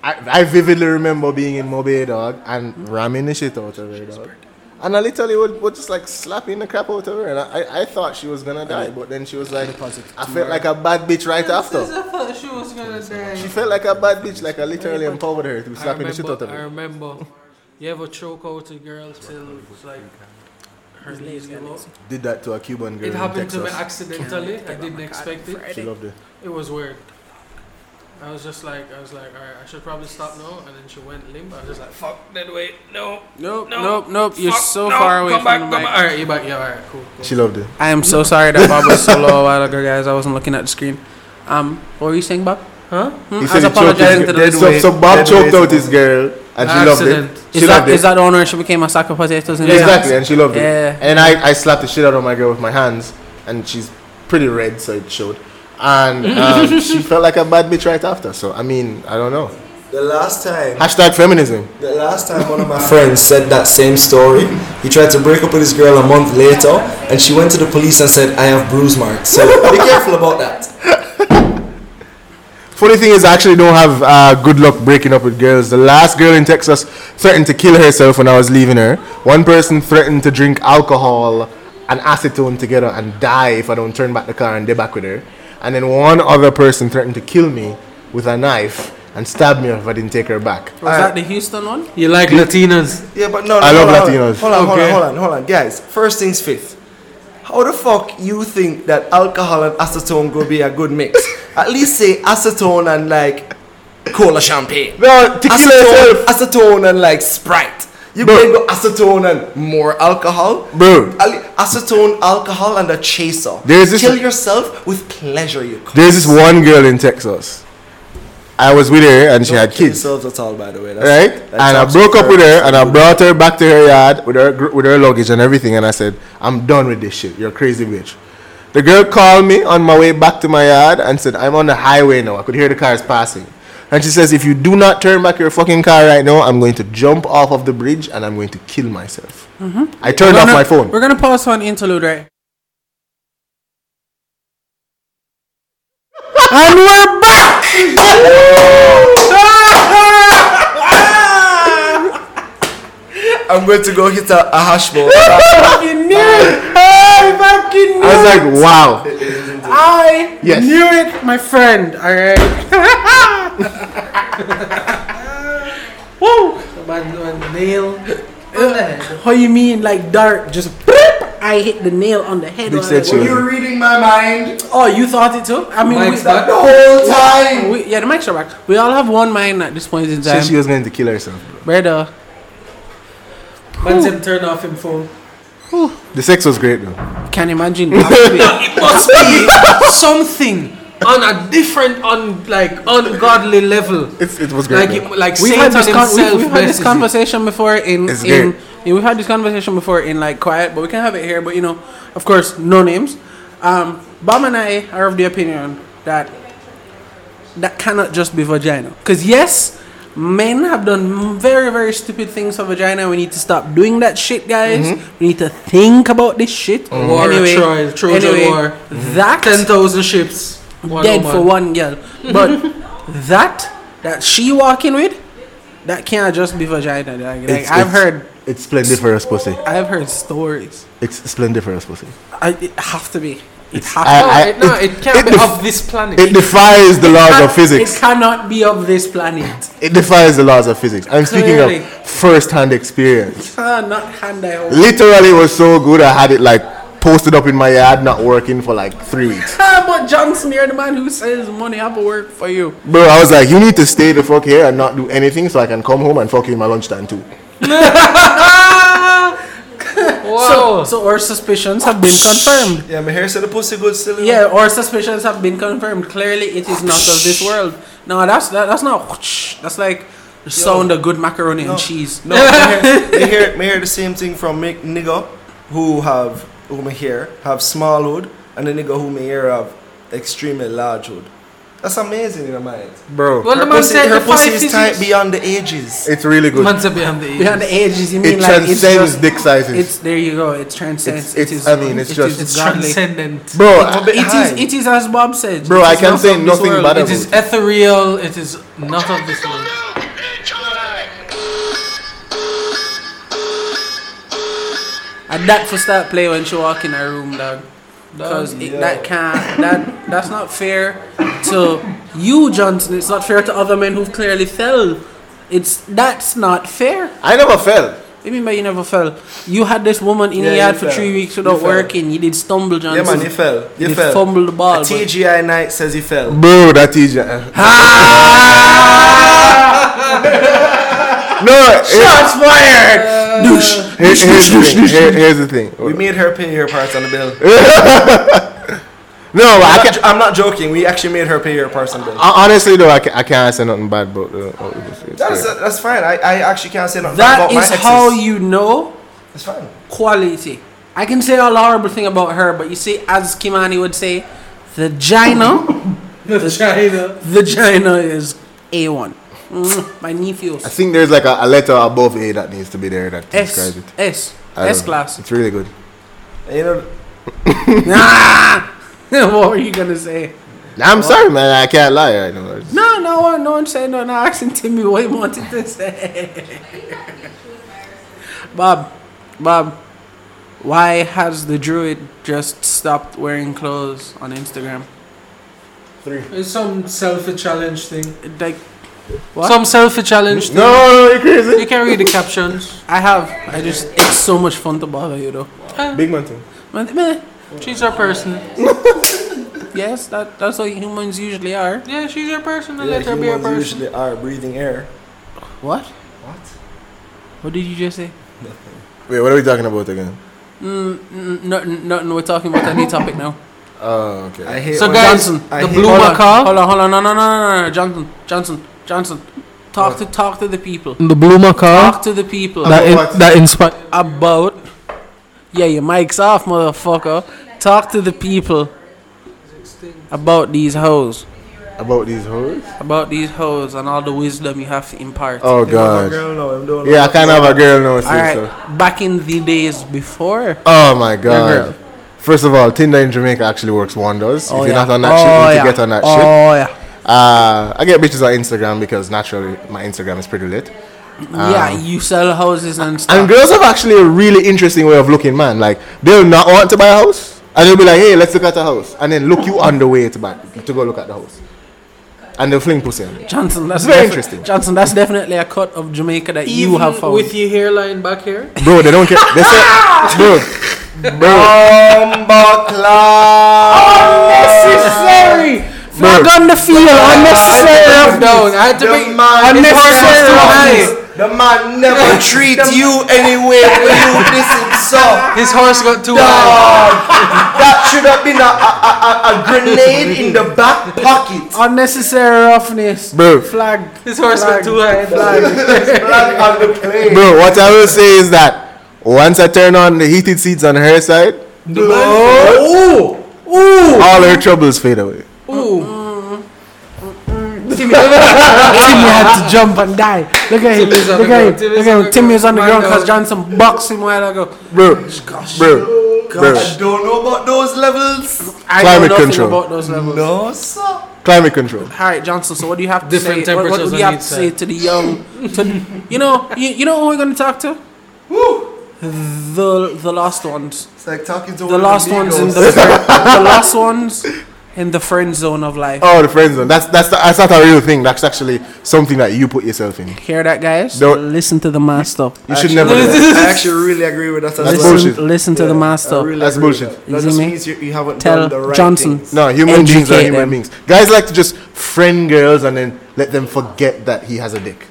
[SPEAKER 3] I, I vividly remember being in Mobile, dog, and ramming the shit out of her, dog. And I literally would, would just like slapping the crap out of her. And I, I, I thought she was gonna die, but then she was like, I felt like a bad bitch right after.
[SPEAKER 4] thought she was gonna die.
[SPEAKER 3] She felt like a bad bitch, like I literally empowered her to
[SPEAKER 4] I
[SPEAKER 3] slapping the shit out
[SPEAKER 4] remember,
[SPEAKER 3] of
[SPEAKER 4] I
[SPEAKER 3] her.
[SPEAKER 4] remember. You ever choke out a girl till it's like her knees give out?
[SPEAKER 3] Did that to a Cuban girl.
[SPEAKER 4] It
[SPEAKER 3] in
[SPEAKER 4] happened to me
[SPEAKER 3] Texas.
[SPEAKER 4] accidentally. I didn't expect it.
[SPEAKER 3] She loved it.
[SPEAKER 4] It was weird. I was just like, I was like, alright, I should probably stop now. And then she went limp. I was just like, fuck, dead weight, no.
[SPEAKER 1] Nope,
[SPEAKER 4] No.
[SPEAKER 1] nope, nope. You're
[SPEAKER 4] fuck,
[SPEAKER 1] so
[SPEAKER 4] no,
[SPEAKER 1] far away
[SPEAKER 4] come
[SPEAKER 1] from
[SPEAKER 4] back,
[SPEAKER 1] the
[SPEAKER 4] come
[SPEAKER 1] mic.
[SPEAKER 4] back. Alright, you're back. Yeah, alright, cool. cool.
[SPEAKER 3] She loved it.
[SPEAKER 1] I am so sorry that Bob was so low a while ago, guys. I wasn't looking at the screen. Um, what were you saying, Bob?
[SPEAKER 4] Huh?
[SPEAKER 1] Hmm?
[SPEAKER 3] He
[SPEAKER 1] I was
[SPEAKER 3] said he choked
[SPEAKER 1] apologizing
[SPEAKER 3] his
[SPEAKER 1] to
[SPEAKER 3] girl.
[SPEAKER 1] the
[SPEAKER 2] dead
[SPEAKER 3] So,
[SPEAKER 2] weight-
[SPEAKER 3] so Bob
[SPEAKER 2] dead
[SPEAKER 3] choked
[SPEAKER 2] weight.
[SPEAKER 3] out his girl, and she loved
[SPEAKER 4] Accident.
[SPEAKER 3] it. She
[SPEAKER 1] Is
[SPEAKER 3] loved
[SPEAKER 1] that, is
[SPEAKER 3] it.
[SPEAKER 1] that the one where she became a sack of potatoes? In
[SPEAKER 3] Exactly, and she loved
[SPEAKER 1] Yeah.
[SPEAKER 3] it. And I, I slapped the shit out of my girl with my hands, and she's pretty red, so it showed. And um, she felt like a bad bitch right after. So I mean, I don't know.
[SPEAKER 2] The last time
[SPEAKER 3] Hashtag feminism.
[SPEAKER 2] The last time one of my friends said that same story, he tried to break up with his girl a month later, and she went to the police and said, I have bruise marks. So be careful about that.
[SPEAKER 3] Funny thing is, I actually don't have uh, good luck breaking up with girls. The last girl in Texas threatened to kill herself when I was leaving her. One person threatened to drink alcohol and acetone together and die if I don't turn back the car and they back with her. And then one other person threatened to kill me with a knife and stab me if I didn't take her back.
[SPEAKER 1] Was that the Houston one?
[SPEAKER 4] You like Latinas?
[SPEAKER 2] Yeah, but no, no
[SPEAKER 3] I love
[SPEAKER 2] hold on,
[SPEAKER 3] Latinos.
[SPEAKER 2] Hold on, hold on,
[SPEAKER 4] Okay.
[SPEAKER 2] hold on, hold on, guys. First things fifth. How the fuck you think that alcohol and acetone gonna be a good mix? At least say acetone and like cola champagne.
[SPEAKER 3] No, tequila
[SPEAKER 2] acetone,
[SPEAKER 3] itself.
[SPEAKER 2] acetone and like Sprite. You
[SPEAKER 3] Bro.
[SPEAKER 2] can go acetone and more alcohol.
[SPEAKER 3] Bro.
[SPEAKER 2] Al- Acetone, alcohol, and a chaser.
[SPEAKER 3] There's this-
[SPEAKER 2] Kill yourself with pleasure. You. cunt.
[SPEAKER 3] There's this one girl in Texas. I was with her and she
[SPEAKER 2] Don't
[SPEAKER 3] had
[SPEAKER 2] kill
[SPEAKER 3] kids.
[SPEAKER 2] yourselves at all, by the way. That's-
[SPEAKER 3] right?
[SPEAKER 2] that
[SPEAKER 3] And I
[SPEAKER 2] sounds
[SPEAKER 3] broke up with
[SPEAKER 2] terrible.
[SPEAKER 3] her, and I brought her back to her yard with her gr- with her luggage and everything. And I said, "I'm done with this shit. You're a crazy bitch." The girl called me on my way back to my yard and said, "I'm on the highway now. I could hear the cars passing." And she says, "If you do not turn back your fucking car right now, I'm going to jump off of the bridge and I'm going to kill myself."
[SPEAKER 1] Mm-hmm.
[SPEAKER 3] I turned off
[SPEAKER 1] We're gonna-
[SPEAKER 3] my phone.
[SPEAKER 1] We're gonna pause on interlude, right? and we're [laughs] back.
[SPEAKER 2] I'm going to go hit a, a hash ball.
[SPEAKER 1] I knew it. I fucking knew
[SPEAKER 3] I was like, "Wow."
[SPEAKER 1] I
[SPEAKER 3] Yes.
[SPEAKER 1] knew it, my friend. All right. Woo.
[SPEAKER 4] Man, man, nail.
[SPEAKER 1] How you mean like dart? Just boop, I hit the nail on the head.
[SPEAKER 3] Nick
[SPEAKER 1] while I
[SPEAKER 3] said
[SPEAKER 1] was-
[SPEAKER 3] she was-
[SPEAKER 2] You're reading my mind
[SPEAKER 1] Oh, you thought it too? I mean,
[SPEAKER 4] Mike's back.
[SPEAKER 2] the whole time.
[SPEAKER 1] we, yeah, the mics are back. We all have one mind at this point in
[SPEAKER 3] She
[SPEAKER 1] time.
[SPEAKER 3] said she was going to kill herself. bro.
[SPEAKER 1] Brother,
[SPEAKER 4] Man, him turn off him phone.
[SPEAKER 3] The sex was great though.
[SPEAKER 1] can imagine.
[SPEAKER 4] It must be something on a different, on like ungodly level.
[SPEAKER 3] It's, it was great.
[SPEAKER 4] Like,
[SPEAKER 3] though.
[SPEAKER 4] it, like
[SPEAKER 1] we've had
[SPEAKER 4] Satan
[SPEAKER 1] this, con-
[SPEAKER 4] himself.
[SPEAKER 1] we've, we've had this
[SPEAKER 4] blesses it.
[SPEAKER 1] conversation before in,
[SPEAKER 3] It's
[SPEAKER 1] in
[SPEAKER 3] good.
[SPEAKER 1] yeah, we've had this conversation before in like quiet, but we can have it here. But you know, of course, no names. Um, Bam and I are of the opinion that that cannot just be vagina. Because yes, men have done very very stupid things for vagina. We need to stop doing that shit, guys. We need to think about this shit.
[SPEAKER 4] War, Troy, Trojan war. Mm-hmm.
[SPEAKER 1] that
[SPEAKER 4] 10,000 ships. One
[SPEAKER 1] dead
[SPEAKER 4] woman.
[SPEAKER 1] for one girl. But
[SPEAKER 4] [laughs]
[SPEAKER 1] that that she walking with, that can't just be vagina. Like, like,
[SPEAKER 3] It's-
[SPEAKER 1] I've
[SPEAKER 3] it's-
[SPEAKER 1] heard,
[SPEAKER 3] it's splendiferous pussy.
[SPEAKER 1] I've heard stories.
[SPEAKER 3] It's splendiferous pussy.
[SPEAKER 1] I, it have to be. It have
[SPEAKER 3] I-
[SPEAKER 1] to.
[SPEAKER 4] No,
[SPEAKER 3] I-
[SPEAKER 4] it, no,
[SPEAKER 3] it-
[SPEAKER 4] it, can't
[SPEAKER 3] it
[SPEAKER 4] be
[SPEAKER 3] def-
[SPEAKER 4] of this planet.
[SPEAKER 3] It defies the laws of
[SPEAKER 1] It
[SPEAKER 3] physics.
[SPEAKER 1] cannot be of this planet. [laughs]
[SPEAKER 3] It defies the laws of physics. I'm speaking
[SPEAKER 1] Clearly.
[SPEAKER 3] of first-hand experience.
[SPEAKER 1] Cannot hand I hope.
[SPEAKER 3] Literally, it was so good. I had it like posted up in my yard, not working for like three weeks.
[SPEAKER 1] Ah, but John Smear, the man who says money have to work for you.
[SPEAKER 3] Bro, I was like, you need to stay the fuck here and not do anything, so I can come home and fuck you in my lunchtime too.
[SPEAKER 4] Wow.
[SPEAKER 1] So, so our suspicions have been confirmed.
[SPEAKER 2] Yeah, my hair said the pussy good still. you know?
[SPEAKER 1] Yeah, our suspicions have been confirmed. Clearly, it is not of this world. No, that's that, that's not. That's like the sound of good macaroni and cheese. [laughs]
[SPEAKER 2] No, Oh, I hear, I hear, me hear the same thing from Mick nigga who have who me hear have small hood and the nigga who me hear have extremely large hood. That's amazing in my mind.
[SPEAKER 3] Bro,
[SPEAKER 4] well, the
[SPEAKER 2] Her
[SPEAKER 4] man
[SPEAKER 2] pussy,
[SPEAKER 4] said
[SPEAKER 2] her
[SPEAKER 4] the
[SPEAKER 2] pussy
[SPEAKER 4] five
[SPEAKER 2] is
[SPEAKER 4] is
[SPEAKER 2] tight beyond the ages.
[SPEAKER 3] it's really good.
[SPEAKER 4] Man said behind the ears.
[SPEAKER 1] Behind the edges, you mean
[SPEAKER 3] it
[SPEAKER 1] like
[SPEAKER 3] transcends
[SPEAKER 1] it's just,
[SPEAKER 3] dick sizes.
[SPEAKER 1] it's there you go. It transcends.
[SPEAKER 3] It's- it's- I mean, it's
[SPEAKER 1] it
[SPEAKER 3] just-
[SPEAKER 1] is
[SPEAKER 4] It's
[SPEAKER 1] godly.
[SPEAKER 4] transcendent.
[SPEAKER 3] bro,
[SPEAKER 2] It's a
[SPEAKER 3] I-
[SPEAKER 2] bit
[SPEAKER 1] It is.
[SPEAKER 2] high.
[SPEAKER 1] It is as Bob said.
[SPEAKER 3] Bro,
[SPEAKER 1] It
[SPEAKER 3] I
[SPEAKER 1] is
[SPEAKER 3] can
[SPEAKER 1] not
[SPEAKER 3] say
[SPEAKER 1] from this
[SPEAKER 3] nothing
[SPEAKER 1] world.
[SPEAKER 3] bad
[SPEAKER 1] It
[SPEAKER 4] It
[SPEAKER 1] is-
[SPEAKER 4] is ethereal. It is not of this [laughs] world.
[SPEAKER 1] And that for start play when she walk in her room, dog. Because
[SPEAKER 2] Dog,
[SPEAKER 1] that
[SPEAKER 2] yo.
[SPEAKER 1] can't. That that's not fair to you, Johnson. It's not fair to other men who've clearly fell. It's that's not fair.
[SPEAKER 3] I never fell.
[SPEAKER 1] What do you mean by you never fell? You had this woman in
[SPEAKER 2] Yeah,
[SPEAKER 1] the
[SPEAKER 2] you
[SPEAKER 1] yard for
[SPEAKER 2] fell.
[SPEAKER 1] three weeks
[SPEAKER 2] You
[SPEAKER 1] without
[SPEAKER 2] fell.
[SPEAKER 1] working. You did stumble,
[SPEAKER 2] Yeah
[SPEAKER 1] Johnson.
[SPEAKER 2] man, he fell. He
[SPEAKER 1] You
[SPEAKER 2] fell.
[SPEAKER 1] fumbled the ball,
[SPEAKER 2] A
[SPEAKER 1] but-
[SPEAKER 2] TGI night says he fell.
[SPEAKER 3] Bro, that is. eh. [laughs] no, shots fired. [laughs] Douche. Here's the thing. Here- Here's the thing.
[SPEAKER 2] We made her pay her parts on the bill.
[SPEAKER 3] No, I
[SPEAKER 2] I'm
[SPEAKER 3] can
[SPEAKER 2] not, I'm not joking. We actually made her pay her parts on the bill.
[SPEAKER 3] Uh, honestly though, I, ca- I can't say nothing bad about the. Uh,
[SPEAKER 2] That's that's fine. I, I actually can't say nothing
[SPEAKER 1] That
[SPEAKER 2] about my
[SPEAKER 1] is
[SPEAKER 2] exes.
[SPEAKER 1] how you know
[SPEAKER 2] It's fine.
[SPEAKER 1] quality. I can say all the horrible thing about her, but you see, as Kimani would say, the Gina,
[SPEAKER 4] China.
[SPEAKER 1] the Gina is A one. Mm, My
[SPEAKER 3] I
[SPEAKER 1] nephews.
[SPEAKER 3] think there's like a, a letter above A that needs to be there that
[SPEAKER 1] S
[SPEAKER 3] describes it.
[SPEAKER 1] S
[SPEAKER 3] I don't
[SPEAKER 1] S
[SPEAKER 3] know.
[SPEAKER 1] class. [laughs]
[SPEAKER 3] It's really good.
[SPEAKER 2] You know,
[SPEAKER 1] Ah! what were you gonna say?
[SPEAKER 3] I'm sorry, man. I can't lie right now.
[SPEAKER 1] No, no one, no one said no. No, asking Timmy what he wanted to say. [laughs] Bob, Bob, why has the druid just stopped wearing clothes on Instagram?
[SPEAKER 4] It's some selfie challenge thing.
[SPEAKER 1] Like, what?
[SPEAKER 4] Some selfie challenge
[SPEAKER 3] No, no, you
[SPEAKER 4] thing.
[SPEAKER 3] crazy.
[SPEAKER 4] You can read the captions.
[SPEAKER 1] I have. I just. It's so much fun to bother you, though.
[SPEAKER 3] Big man thing.
[SPEAKER 1] Man, man,
[SPEAKER 4] She's our person.
[SPEAKER 1] Yes, that that's what humans usually are.
[SPEAKER 4] Yeah, she's your person. and
[SPEAKER 2] Yeah,
[SPEAKER 4] let her be your
[SPEAKER 2] humans
[SPEAKER 4] person.
[SPEAKER 2] usually are breathing air.
[SPEAKER 1] What? What? What did you just say?
[SPEAKER 3] Wait, what are we talking about again?
[SPEAKER 1] Mm, mm, no, no, no, we're talking about a new topic now.
[SPEAKER 3] Oh, okay.
[SPEAKER 2] I hate
[SPEAKER 4] So
[SPEAKER 2] when-
[SPEAKER 4] guys,
[SPEAKER 1] Johnson,
[SPEAKER 2] I
[SPEAKER 4] the
[SPEAKER 2] hate
[SPEAKER 4] blue
[SPEAKER 2] when-
[SPEAKER 4] macaw.
[SPEAKER 1] Hold on, hold on, no, no, no, no, no, no, Johnson, Johnson, Johnson. Talk to talk to the people.
[SPEAKER 4] The blue macaw.
[SPEAKER 1] Talk to the people
[SPEAKER 3] That in- what? that
[SPEAKER 4] inspired.
[SPEAKER 1] about. Yeah, your mic's off, motherfucker. Talk to the people about these hoes,
[SPEAKER 3] About these hoes?
[SPEAKER 1] about these hoes, and all the wisdom you have to impart.
[SPEAKER 3] Oh,
[SPEAKER 2] Oh,
[SPEAKER 3] God.
[SPEAKER 2] girl, no, I'm doing
[SPEAKER 3] Yeah, I can't have a girl now,
[SPEAKER 1] all right,
[SPEAKER 3] sister.
[SPEAKER 1] back in the days before.
[SPEAKER 3] Oh, my
[SPEAKER 1] Your
[SPEAKER 3] God.
[SPEAKER 1] girl.
[SPEAKER 3] First of all, Tinder in Jamaica actually works wonders. if you're not on that
[SPEAKER 1] oh,
[SPEAKER 3] shit, you need
[SPEAKER 1] yeah.
[SPEAKER 3] to get on that
[SPEAKER 1] oh,
[SPEAKER 3] shit.
[SPEAKER 1] yeah.
[SPEAKER 3] Uh, I get bitches on Instagram because naturally my Instagram is pretty lit. Ah.
[SPEAKER 1] yeah, you sell houses and stuff.
[SPEAKER 3] And girls have actually a really interesting way of looking, man. Like they'll not want to buy a house, and they'll be like, "Hey, let's look at a house," and then look you on the way to buy to go look at the house, and they'll fling pussy on you.
[SPEAKER 1] Johnson, that's
[SPEAKER 3] It's very
[SPEAKER 1] defi-
[SPEAKER 3] interesting.
[SPEAKER 1] Johnson, that's definitely a cut of Jamaica that you have found.
[SPEAKER 4] with your hairline back here.
[SPEAKER 3] Bro, they don't care. They say,
[SPEAKER 1] [laughs]
[SPEAKER 3] bro,
[SPEAKER 1] Oh. unnecessary. Flag on the field, unnecessary.
[SPEAKER 4] Up down. I had to
[SPEAKER 2] The
[SPEAKER 4] be
[SPEAKER 2] man
[SPEAKER 1] unnecessary
[SPEAKER 2] never-
[SPEAKER 1] roughness.
[SPEAKER 2] The
[SPEAKER 4] [laughs]
[SPEAKER 2] man never treat you anyway when you listen so.
[SPEAKER 4] His horse got too high.
[SPEAKER 2] Dog, that should have been a, a, a, a- a grenade in the back pocket.
[SPEAKER 1] Unnecessary roughness.
[SPEAKER 3] bro,
[SPEAKER 1] Flag.
[SPEAKER 4] His horse got too high.
[SPEAKER 2] Flag on the plane.
[SPEAKER 3] bro. What I will say is that once I turn on the heated seats on her side,
[SPEAKER 2] Oh, ooh,
[SPEAKER 3] all her troubles fade away.
[SPEAKER 4] Ooh,
[SPEAKER 1] Timmy had to jump and die. Look at him.
[SPEAKER 4] Timmy's
[SPEAKER 1] Look
[SPEAKER 4] on the
[SPEAKER 1] at
[SPEAKER 4] ground.
[SPEAKER 1] him. Look at him.
[SPEAKER 4] Timmy's on the
[SPEAKER 1] Timmy is on the ground
[SPEAKER 4] ground.
[SPEAKER 1] because Johnson boxed him while ago.
[SPEAKER 3] bro, bro, bro.
[SPEAKER 2] I don't know about those levels.
[SPEAKER 1] I
[SPEAKER 3] Climate
[SPEAKER 1] know nothing
[SPEAKER 3] control.
[SPEAKER 1] about those levels.
[SPEAKER 2] No, sir.
[SPEAKER 3] Climate control.
[SPEAKER 1] All right, Johnson. So what do you have to
[SPEAKER 4] Different
[SPEAKER 1] say? What, what
[SPEAKER 4] temperatures
[SPEAKER 1] do
[SPEAKER 4] on
[SPEAKER 1] you have
[SPEAKER 4] each
[SPEAKER 1] to say
[SPEAKER 4] side.
[SPEAKER 1] to the young? To, you know, you, you know who we're gonna talk to? The the lost ones.
[SPEAKER 2] It's like talking to
[SPEAKER 1] The last ones in the the last ones in the friend zone of life.
[SPEAKER 3] Oh, the friend zone. That's that's that's not a real thing. That's actually something that you put yourself in.
[SPEAKER 1] Hear that, guys?
[SPEAKER 3] Don't-
[SPEAKER 1] Listen to the master.
[SPEAKER 3] You should
[SPEAKER 4] [laughs]
[SPEAKER 3] never. do that.
[SPEAKER 2] I actually really agree with that. as
[SPEAKER 3] That's
[SPEAKER 2] well.
[SPEAKER 3] bullshit.
[SPEAKER 1] Listen, listen to the master.
[SPEAKER 2] I really
[SPEAKER 3] That's
[SPEAKER 2] agree with
[SPEAKER 3] bullshit.
[SPEAKER 2] That, that
[SPEAKER 1] You
[SPEAKER 2] just
[SPEAKER 1] see me?
[SPEAKER 2] means you, you haven't
[SPEAKER 1] Tell
[SPEAKER 2] done the right
[SPEAKER 1] Johnson.
[SPEAKER 2] things.
[SPEAKER 3] No, human beings are
[SPEAKER 1] Educate
[SPEAKER 3] human
[SPEAKER 1] them.
[SPEAKER 3] beings. Guys like to just friend girls and then let them forget that he has a dick.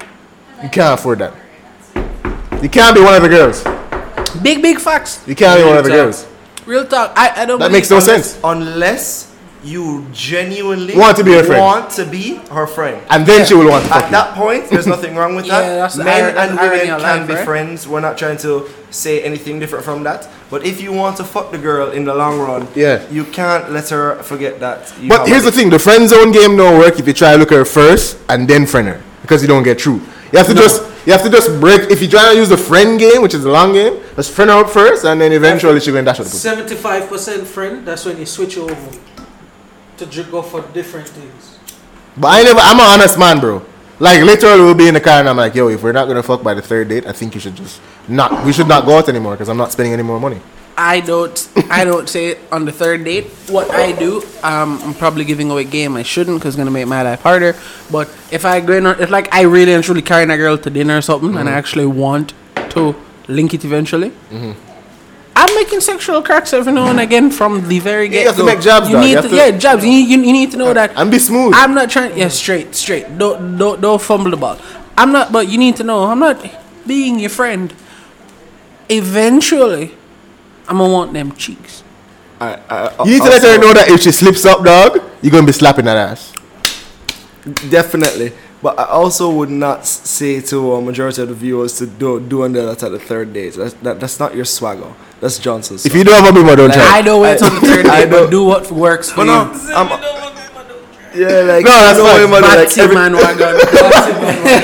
[SPEAKER 3] You can't afford that. You can't be one of the girls.
[SPEAKER 1] Big, big facts.
[SPEAKER 3] You can't be one of the
[SPEAKER 4] Real
[SPEAKER 3] girls.
[SPEAKER 1] Real talk. I, I don't.
[SPEAKER 3] That
[SPEAKER 1] believe-
[SPEAKER 3] makes no sense.
[SPEAKER 2] Unless you genuinely
[SPEAKER 3] Want to be her friend.
[SPEAKER 2] Want to be her friend.
[SPEAKER 3] And then she will want to
[SPEAKER 2] At
[SPEAKER 3] fuck you.
[SPEAKER 2] that point, there's nothing wrong
[SPEAKER 1] [laughs]
[SPEAKER 2] with
[SPEAKER 1] Yeah,
[SPEAKER 2] that.
[SPEAKER 1] that's the
[SPEAKER 2] Men
[SPEAKER 1] ir-
[SPEAKER 2] and
[SPEAKER 1] irony
[SPEAKER 2] women
[SPEAKER 1] of
[SPEAKER 2] can
[SPEAKER 1] life,
[SPEAKER 2] be
[SPEAKER 1] right?
[SPEAKER 2] friends. We're not trying to say anything different from that. But if you want to fuck the girl in the long run,
[SPEAKER 3] Yeah.
[SPEAKER 2] you can't let her forget that. You
[SPEAKER 3] But
[SPEAKER 2] have
[SPEAKER 3] here's the
[SPEAKER 2] a-
[SPEAKER 3] thing: the friend zone game don't work if you try to look at her first and then friend her because you don't get through. You have to just you have to just break. If you try to use the friend game, which is a long game, just friend her up first, and then eventually she going dash with the pussy.
[SPEAKER 4] seventy-five percent friend. That's when you switch over to ju- go for different things.
[SPEAKER 3] But I never. I'm an honest man, bro. Like literally, we'll be in the car and I'm like, "Yo, if we're not gonna fuck by the third date, I think you should just not. We should not go out anymore because I'm not spending any more money."
[SPEAKER 1] I don't. I don't say it on the third date. What I do, um, I'm probably giving away game. I shouldn't because it's gonna make my life harder. But if I go in, on- if like I really and truly carrying a girl to dinner or something, and I
[SPEAKER 3] Mm-hmm.
[SPEAKER 1] actually want to link it eventually. I'm making sexual cracks every now and again from the very get
[SPEAKER 3] you have to make jabs,
[SPEAKER 1] You
[SPEAKER 3] dog.
[SPEAKER 1] need
[SPEAKER 3] You have
[SPEAKER 1] to,
[SPEAKER 3] to-
[SPEAKER 1] yeah, jabs. You, need- you, you need to know that.
[SPEAKER 3] And be smooth.
[SPEAKER 1] I'm not trying. Yeah, straight, straight. Don't, don't, don't fumble the ball. I'm not. But you need to know, I'm not being your friend. Eventually, I'm gonna want them cheeks.
[SPEAKER 2] I- I-
[SPEAKER 3] you need to let
[SPEAKER 2] also-
[SPEAKER 3] her know that if she slips up, dog, you're gonna be slapping that ass.
[SPEAKER 2] Definitely. But I also would not s- say to a majority of the viewers to do do under that at the third date. That's, that, that's not your swagger. That's Johnson's.
[SPEAKER 3] If you don't have a bimbo, don't try.
[SPEAKER 1] I don't wait
[SPEAKER 2] I-
[SPEAKER 1] till the third
[SPEAKER 2] I
[SPEAKER 1] day, but
[SPEAKER 2] don't-
[SPEAKER 1] do what works for
[SPEAKER 2] but no, Oh,
[SPEAKER 1] you.
[SPEAKER 2] I'm, yeah, like
[SPEAKER 3] No, that's
[SPEAKER 2] you know
[SPEAKER 3] fine.
[SPEAKER 2] what, man,
[SPEAKER 1] Bad
[SPEAKER 2] like,
[SPEAKER 1] team,
[SPEAKER 2] every-
[SPEAKER 1] man, wagon.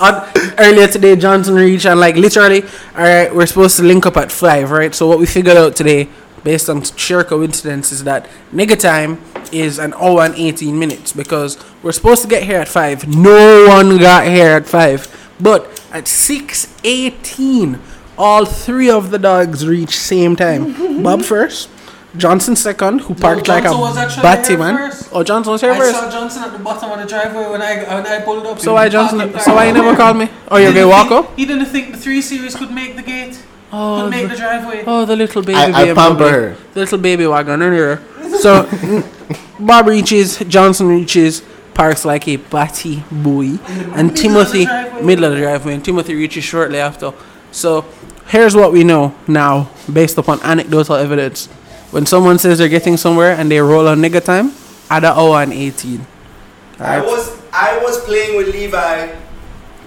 [SPEAKER 1] On- Earlier today, Johnson reached and like literally, all right, we're supposed to link up at five, right? So what we figured out today, based on sheer coincidence is that nigga time is an hour and 18 minutes because we're supposed to get here at 5. No one got here at 5. But at 6.18, all three of the dogs reached same
[SPEAKER 4] [laughs]
[SPEAKER 1] time. Bob first, Johnson second, who parked like
[SPEAKER 4] Johnson was
[SPEAKER 1] a
[SPEAKER 4] actually
[SPEAKER 1] batty
[SPEAKER 4] here
[SPEAKER 1] man.
[SPEAKER 4] first.
[SPEAKER 1] Oh, Johnson was here
[SPEAKER 4] I
[SPEAKER 1] first.
[SPEAKER 4] saw Johnson at the bottom of the driveway when I when I pulled up.
[SPEAKER 1] So why Johnson? So why you never called me? Oh, you're gonna walk up?
[SPEAKER 4] He didn't think the three series could make the gate.
[SPEAKER 1] Oh,
[SPEAKER 4] could make
[SPEAKER 1] the-
[SPEAKER 4] the driveway.
[SPEAKER 1] Oh, the little baby.
[SPEAKER 3] I
[SPEAKER 1] BMW.
[SPEAKER 3] pamper her.
[SPEAKER 1] The little baby wagon. no, no, no. So [laughs] mm, Bob reaches, Johnson reaches, parks like a batty boy, and Timothy
[SPEAKER 4] driveway.
[SPEAKER 1] middle of the driveway, and Timothy reaches shortly after. So here's what we know now, based upon anecdotal evidence: when someone says they're getting somewhere and they roll on nigga time, at an hour and eighteen.
[SPEAKER 2] I was I was playing with Levi.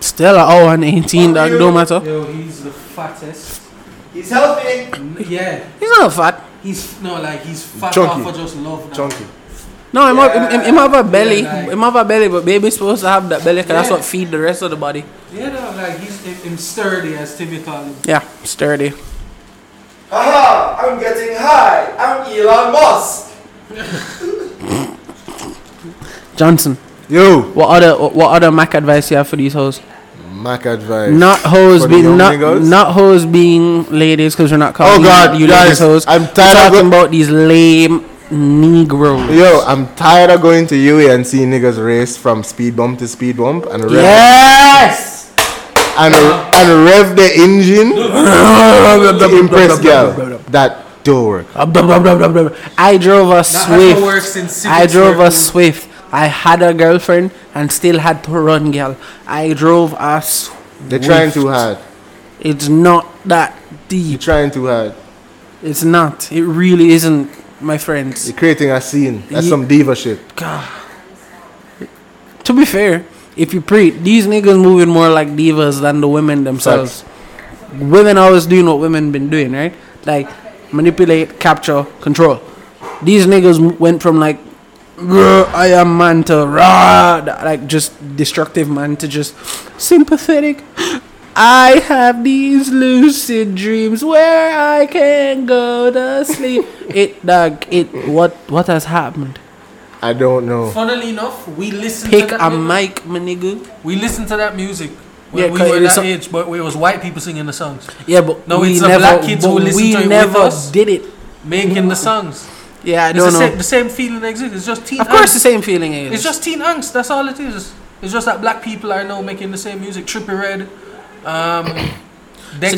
[SPEAKER 1] Still an hour and eighteen, dog. Don't matter.
[SPEAKER 4] Yo, he's the fattest.
[SPEAKER 2] He's helping.
[SPEAKER 4] Yeah,
[SPEAKER 1] He's not fat.
[SPEAKER 4] he's no like he's fat
[SPEAKER 3] Chunky.
[SPEAKER 4] off for just love. Now.
[SPEAKER 3] Chunky.
[SPEAKER 1] No, I'm have, him, him have a belly.
[SPEAKER 4] Yeah, like-
[SPEAKER 1] him have a belly, but baby's supposed to have that belly 'cause that's
[SPEAKER 4] Yeah.
[SPEAKER 1] what feed the rest of the body.
[SPEAKER 4] Yeah, no, like he's him, him sturdy as Timmy called him.
[SPEAKER 1] Yeah, sturdy.
[SPEAKER 2] Aha! I'm getting high. I'm Elon Musk.
[SPEAKER 1] Johnson,
[SPEAKER 3] Yo,
[SPEAKER 1] what other what, what other Mac advice you have for these hoes?
[SPEAKER 3] Mac advice.
[SPEAKER 1] Not hoes
[SPEAKER 3] For the
[SPEAKER 1] being
[SPEAKER 3] young
[SPEAKER 1] not
[SPEAKER 3] niggas?
[SPEAKER 1] not hoes being ladies because we're not calling
[SPEAKER 3] Oh, God,
[SPEAKER 1] you ladies
[SPEAKER 3] guys,
[SPEAKER 1] hoes.
[SPEAKER 3] I'm
[SPEAKER 1] We're
[SPEAKER 3] tired of
[SPEAKER 1] talking
[SPEAKER 3] go-
[SPEAKER 1] about these lame Negroes.
[SPEAKER 3] Yo, I'm tired of going to UE and seeing niggas race from speed bump to speed bump and rev
[SPEAKER 1] Yes.
[SPEAKER 3] and, and rev the engine [laughs] to impress girl. That don't work.
[SPEAKER 1] Uh, blah, blah, blah, blah, blah. I drove a Swift.
[SPEAKER 4] hasn't worked since
[SPEAKER 1] I
[SPEAKER 4] civics
[SPEAKER 1] drove
[SPEAKER 4] were
[SPEAKER 1] a
[SPEAKER 4] cool.
[SPEAKER 1] Swift. I had a girlfriend and still had to run, girl. I drove a Swift.
[SPEAKER 3] They're trying too hard.
[SPEAKER 1] It's not that
[SPEAKER 3] You're
[SPEAKER 1] deep.
[SPEAKER 3] trying too hard.
[SPEAKER 1] It's not. It really isn't, my friends.
[SPEAKER 3] You're creating a scene. That's
[SPEAKER 1] Ye-
[SPEAKER 3] some diva shit.
[SPEAKER 1] God. To be fair, if you pre, these niggas moving more like divas than the women themselves. Women always doing what women been doing, right? Like manipulate, capture, control. These niggas m- went from like "Grr, I am man to rah, th- like just destructive man to just sympathetic. I have these lucid dreams where I can go to sleep. it dog, it what what has happened?
[SPEAKER 3] I don't know.
[SPEAKER 4] Funnily enough, we listened
[SPEAKER 1] Pick
[SPEAKER 4] to that
[SPEAKER 1] a
[SPEAKER 4] mu-
[SPEAKER 1] mic, my nigga.
[SPEAKER 4] We listened to that music when
[SPEAKER 1] Yeah,
[SPEAKER 4] we
[SPEAKER 1] 'cause
[SPEAKER 4] were
[SPEAKER 1] it is
[SPEAKER 4] that
[SPEAKER 1] some-
[SPEAKER 4] age, but it was white people singing the songs,
[SPEAKER 1] Yeah, but
[SPEAKER 4] No,
[SPEAKER 1] we
[SPEAKER 4] it's the
[SPEAKER 1] never,
[SPEAKER 4] black kids who
[SPEAKER 1] but
[SPEAKER 4] listen
[SPEAKER 1] we
[SPEAKER 4] to it with
[SPEAKER 1] never
[SPEAKER 4] us.
[SPEAKER 1] did it.
[SPEAKER 4] making the songs.
[SPEAKER 1] Yeah, I
[SPEAKER 4] It's the
[SPEAKER 1] don't
[SPEAKER 4] same,
[SPEAKER 1] know.
[SPEAKER 4] the same feeling that exists. It's just teen.
[SPEAKER 1] Of course,
[SPEAKER 4] angst.
[SPEAKER 1] the same feeling is.
[SPEAKER 4] It's just teen angst. That's all it is. It's just that black people are now making the same music. Trippy Red, um, Dexter.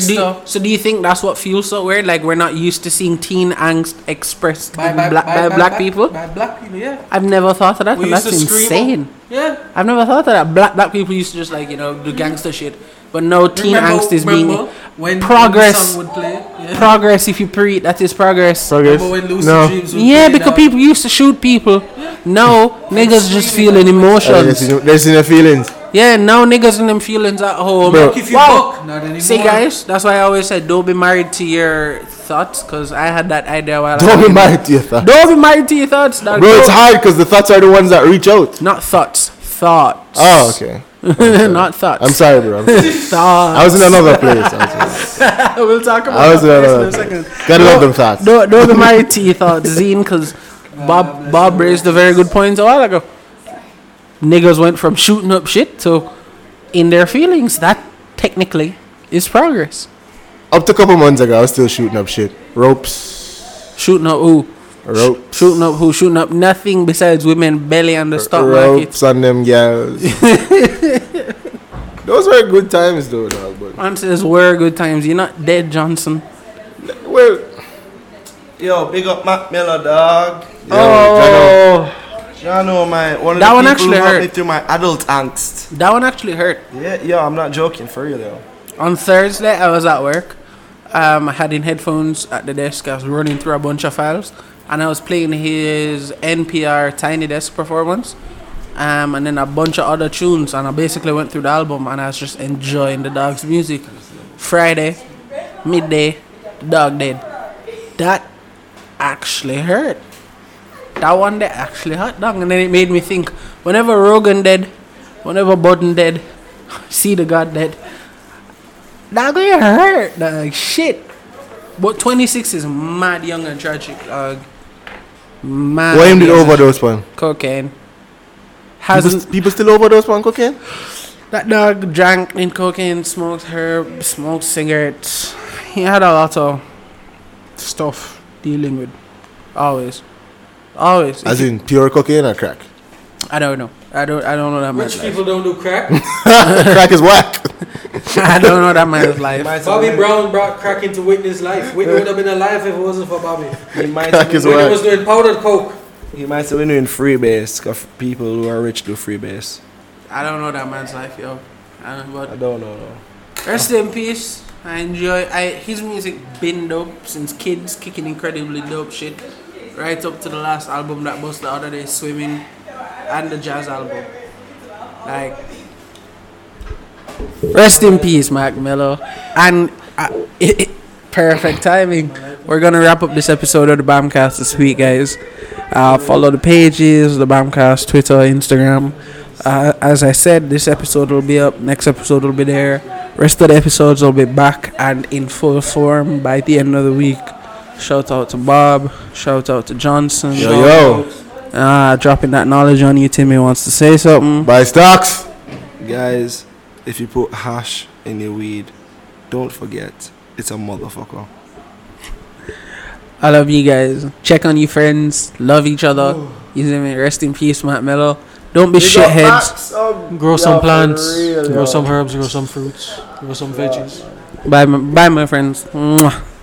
[SPEAKER 1] [coughs] So do, you, so do you think that's what feels so weird? Like we're not used to seeing teen angst expressed
[SPEAKER 4] by,
[SPEAKER 1] in
[SPEAKER 4] by,
[SPEAKER 1] black,
[SPEAKER 4] by-
[SPEAKER 1] by,
[SPEAKER 4] by-
[SPEAKER 1] black
[SPEAKER 4] by-
[SPEAKER 1] people?
[SPEAKER 4] By black people, yeah.
[SPEAKER 1] I've never thought of that.
[SPEAKER 4] We
[SPEAKER 1] and
[SPEAKER 4] used
[SPEAKER 1] that's
[SPEAKER 4] to scream.
[SPEAKER 1] insane.
[SPEAKER 4] Yeah.
[SPEAKER 1] I've never thought of that. Black black people used to just like you know do gangster shit, but now teen
[SPEAKER 4] Mm-hmm. Remember-
[SPEAKER 1] angst is
[SPEAKER 4] remember
[SPEAKER 1] being
[SPEAKER 4] when
[SPEAKER 1] progress.
[SPEAKER 4] When the song would play. Yeah.
[SPEAKER 1] progress. If you pre, that is progress.
[SPEAKER 3] Progress.
[SPEAKER 4] Remember when Lucid
[SPEAKER 3] No.
[SPEAKER 4] Dreams would
[SPEAKER 1] Yeah,
[SPEAKER 4] play
[SPEAKER 1] because
[SPEAKER 4] that?
[SPEAKER 1] people used to shoot people. Now niggas just feeling
[SPEAKER 3] Uh, there's,
[SPEAKER 1] emotions.
[SPEAKER 3] no- there's no feelings.
[SPEAKER 1] Yeah, now niggas and them feelings at home.
[SPEAKER 3] Bro.
[SPEAKER 4] If you
[SPEAKER 1] Wow.
[SPEAKER 4] fuck, not anymore.
[SPEAKER 1] See, guys, that's why I always said don't be married to your thoughts, cause I had that idea while I
[SPEAKER 3] [laughs] Don't
[SPEAKER 1] was
[SPEAKER 3] be
[SPEAKER 1] in-
[SPEAKER 3] married to your thoughts.
[SPEAKER 1] Don't be married to your thoughts, dog.
[SPEAKER 3] Bro, it's
[SPEAKER 1] Don't-
[SPEAKER 3] hard because the thoughts are the ones that reach out.
[SPEAKER 1] Not thoughts, thoughts.
[SPEAKER 3] [laughs]
[SPEAKER 1] [laughs]
[SPEAKER 3] Oh, okay.
[SPEAKER 1] not thoughts.
[SPEAKER 3] I'm sorry, bro. I'm sorry.
[SPEAKER 1] Thoughts.
[SPEAKER 3] I was in [laughs] another place. I was,
[SPEAKER 1] [laughs] we'll talk about
[SPEAKER 3] I was in
[SPEAKER 1] that
[SPEAKER 3] another
[SPEAKER 1] place in a
[SPEAKER 3] place.
[SPEAKER 1] second.
[SPEAKER 3] Gotta love them
[SPEAKER 1] Don't-
[SPEAKER 3] thoughts.
[SPEAKER 1] Don't don't be married to your thoughts, Zine, because Bob Bob raised a very good point a while ago. Niggas went from shooting up shit to in their feelings. That technically is progress.
[SPEAKER 3] Up to a couple months ago, I was still shooting up shit. Ropes.
[SPEAKER 1] Shooting up who?
[SPEAKER 3] Rope.
[SPEAKER 1] Shooting up who? Shooting up nothing besides women belly and the stock market.
[SPEAKER 3] ropes on them girls. Those were good times, though, dog. But
[SPEAKER 1] Man says were good times. You're not dead, Johnson.
[SPEAKER 3] well,
[SPEAKER 2] Yo, big up Mac Miller, dog.
[SPEAKER 3] oh,
[SPEAKER 2] You know, my one of
[SPEAKER 1] That
[SPEAKER 2] the
[SPEAKER 1] one
[SPEAKER 2] people
[SPEAKER 1] actually
[SPEAKER 2] who helped
[SPEAKER 1] hurt.
[SPEAKER 2] me through my adult angst.
[SPEAKER 1] That one actually hurt.
[SPEAKER 2] Yeah, yo, I'm not joking for real, though.
[SPEAKER 1] On Thursday, I was at work. Um, I had in headphones at the desk. I was running through a bunch of files, and I was playing his NPR Tiny Desk performance, um, and then a bunch of other tunes. And I basically went through the album, and I was just enjoying the dog's music. Friday, midday, the dog dead. That actually hurt. That one day actually hurt, dog. And then it made me think. Whenever Rogan dead, whenever Button dead, [laughs] see the God dead. That gonna hurt. Like shit. But 26 is mad young and tragic. Uh, mad.
[SPEAKER 3] Why him did
[SPEAKER 1] young and-
[SPEAKER 3] overdose pan?
[SPEAKER 1] Cocaine.
[SPEAKER 3] People,
[SPEAKER 1] Hasn't
[SPEAKER 3] people still overdose pan cocaine?
[SPEAKER 1] that dog drank in cocaine, smoked herb, smoked cigarettes. He had a lot of stuff dealing with. Always. Always.
[SPEAKER 3] As in pure cocaine or crack?
[SPEAKER 1] I don't know. I don't I don't know that
[SPEAKER 4] Rich
[SPEAKER 1] man's life. [laughs]
[SPEAKER 4] people don't do crack.
[SPEAKER 3] crack is whack.
[SPEAKER 1] I don't know that man's life.
[SPEAKER 2] Might
[SPEAKER 4] Bobby
[SPEAKER 2] have
[SPEAKER 4] Brown brought crack into Whitney's
[SPEAKER 1] [laughs]
[SPEAKER 4] life. Whitney would have been alive if it wasn't for Bobby.
[SPEAKER 2] been- He might
[SPEAKER 3] Crack
[SPEAKER 2] have
[SPEAKER 3] is
[SPEAKER 2] been,
[SPEAKER 4] Whitney
[SPEAKER 3] whack.
[SPEAKER 4] was doing powdered coke.
[SPEAKER 2] he might have been doing freebase because people who are rich do freebase.
[SPEAKER 1] I don't know that man's life, yo. I don't,
[SPEAKER 2] I
[SPEAKER 1] but
[SPEAKER 2] don't know. though.
[SPEAKER 1] rest in peace. I enjoy I his music been dope since kids kicking incredibly dope shit. Right up to the last album that was the other day, Swimming and the jazz album. Like Rest in peace, Mac Mello. And uh, [laughs] perfect timing. We're gonna wrap up this episode of the Bombcast this week, guys. Uh, follow the pages, the Bombcast, Twitter, Instagram. Uh, as I said, this episode will be up. Next episode will be there. Rest of the episodes will be back and in full form by the end of the week. Shout out to Bob. Shout out to Johnson.
[SPEAKER 3] Yo, yo.
[SPEAKER 1] Ah, dropping that knowledge on you. Timmy wants to say something.
[SPEAKER 3] Buy stocks.
[SPEAKER 2] Guys, if you put hash in your weed, don't forget it's a motherfucker.
[SPEAKER 1] I love you guys. Check on you friends. Love each other. You see me? Rest in peace, Matt Mello. Don't be shitheads.
[SPEAKER 4] Grow some plants, grow some herbs, grow some fruits, grow some veggies.
[SPEAKER 1] Bye, my, bye, my friends. Mwah.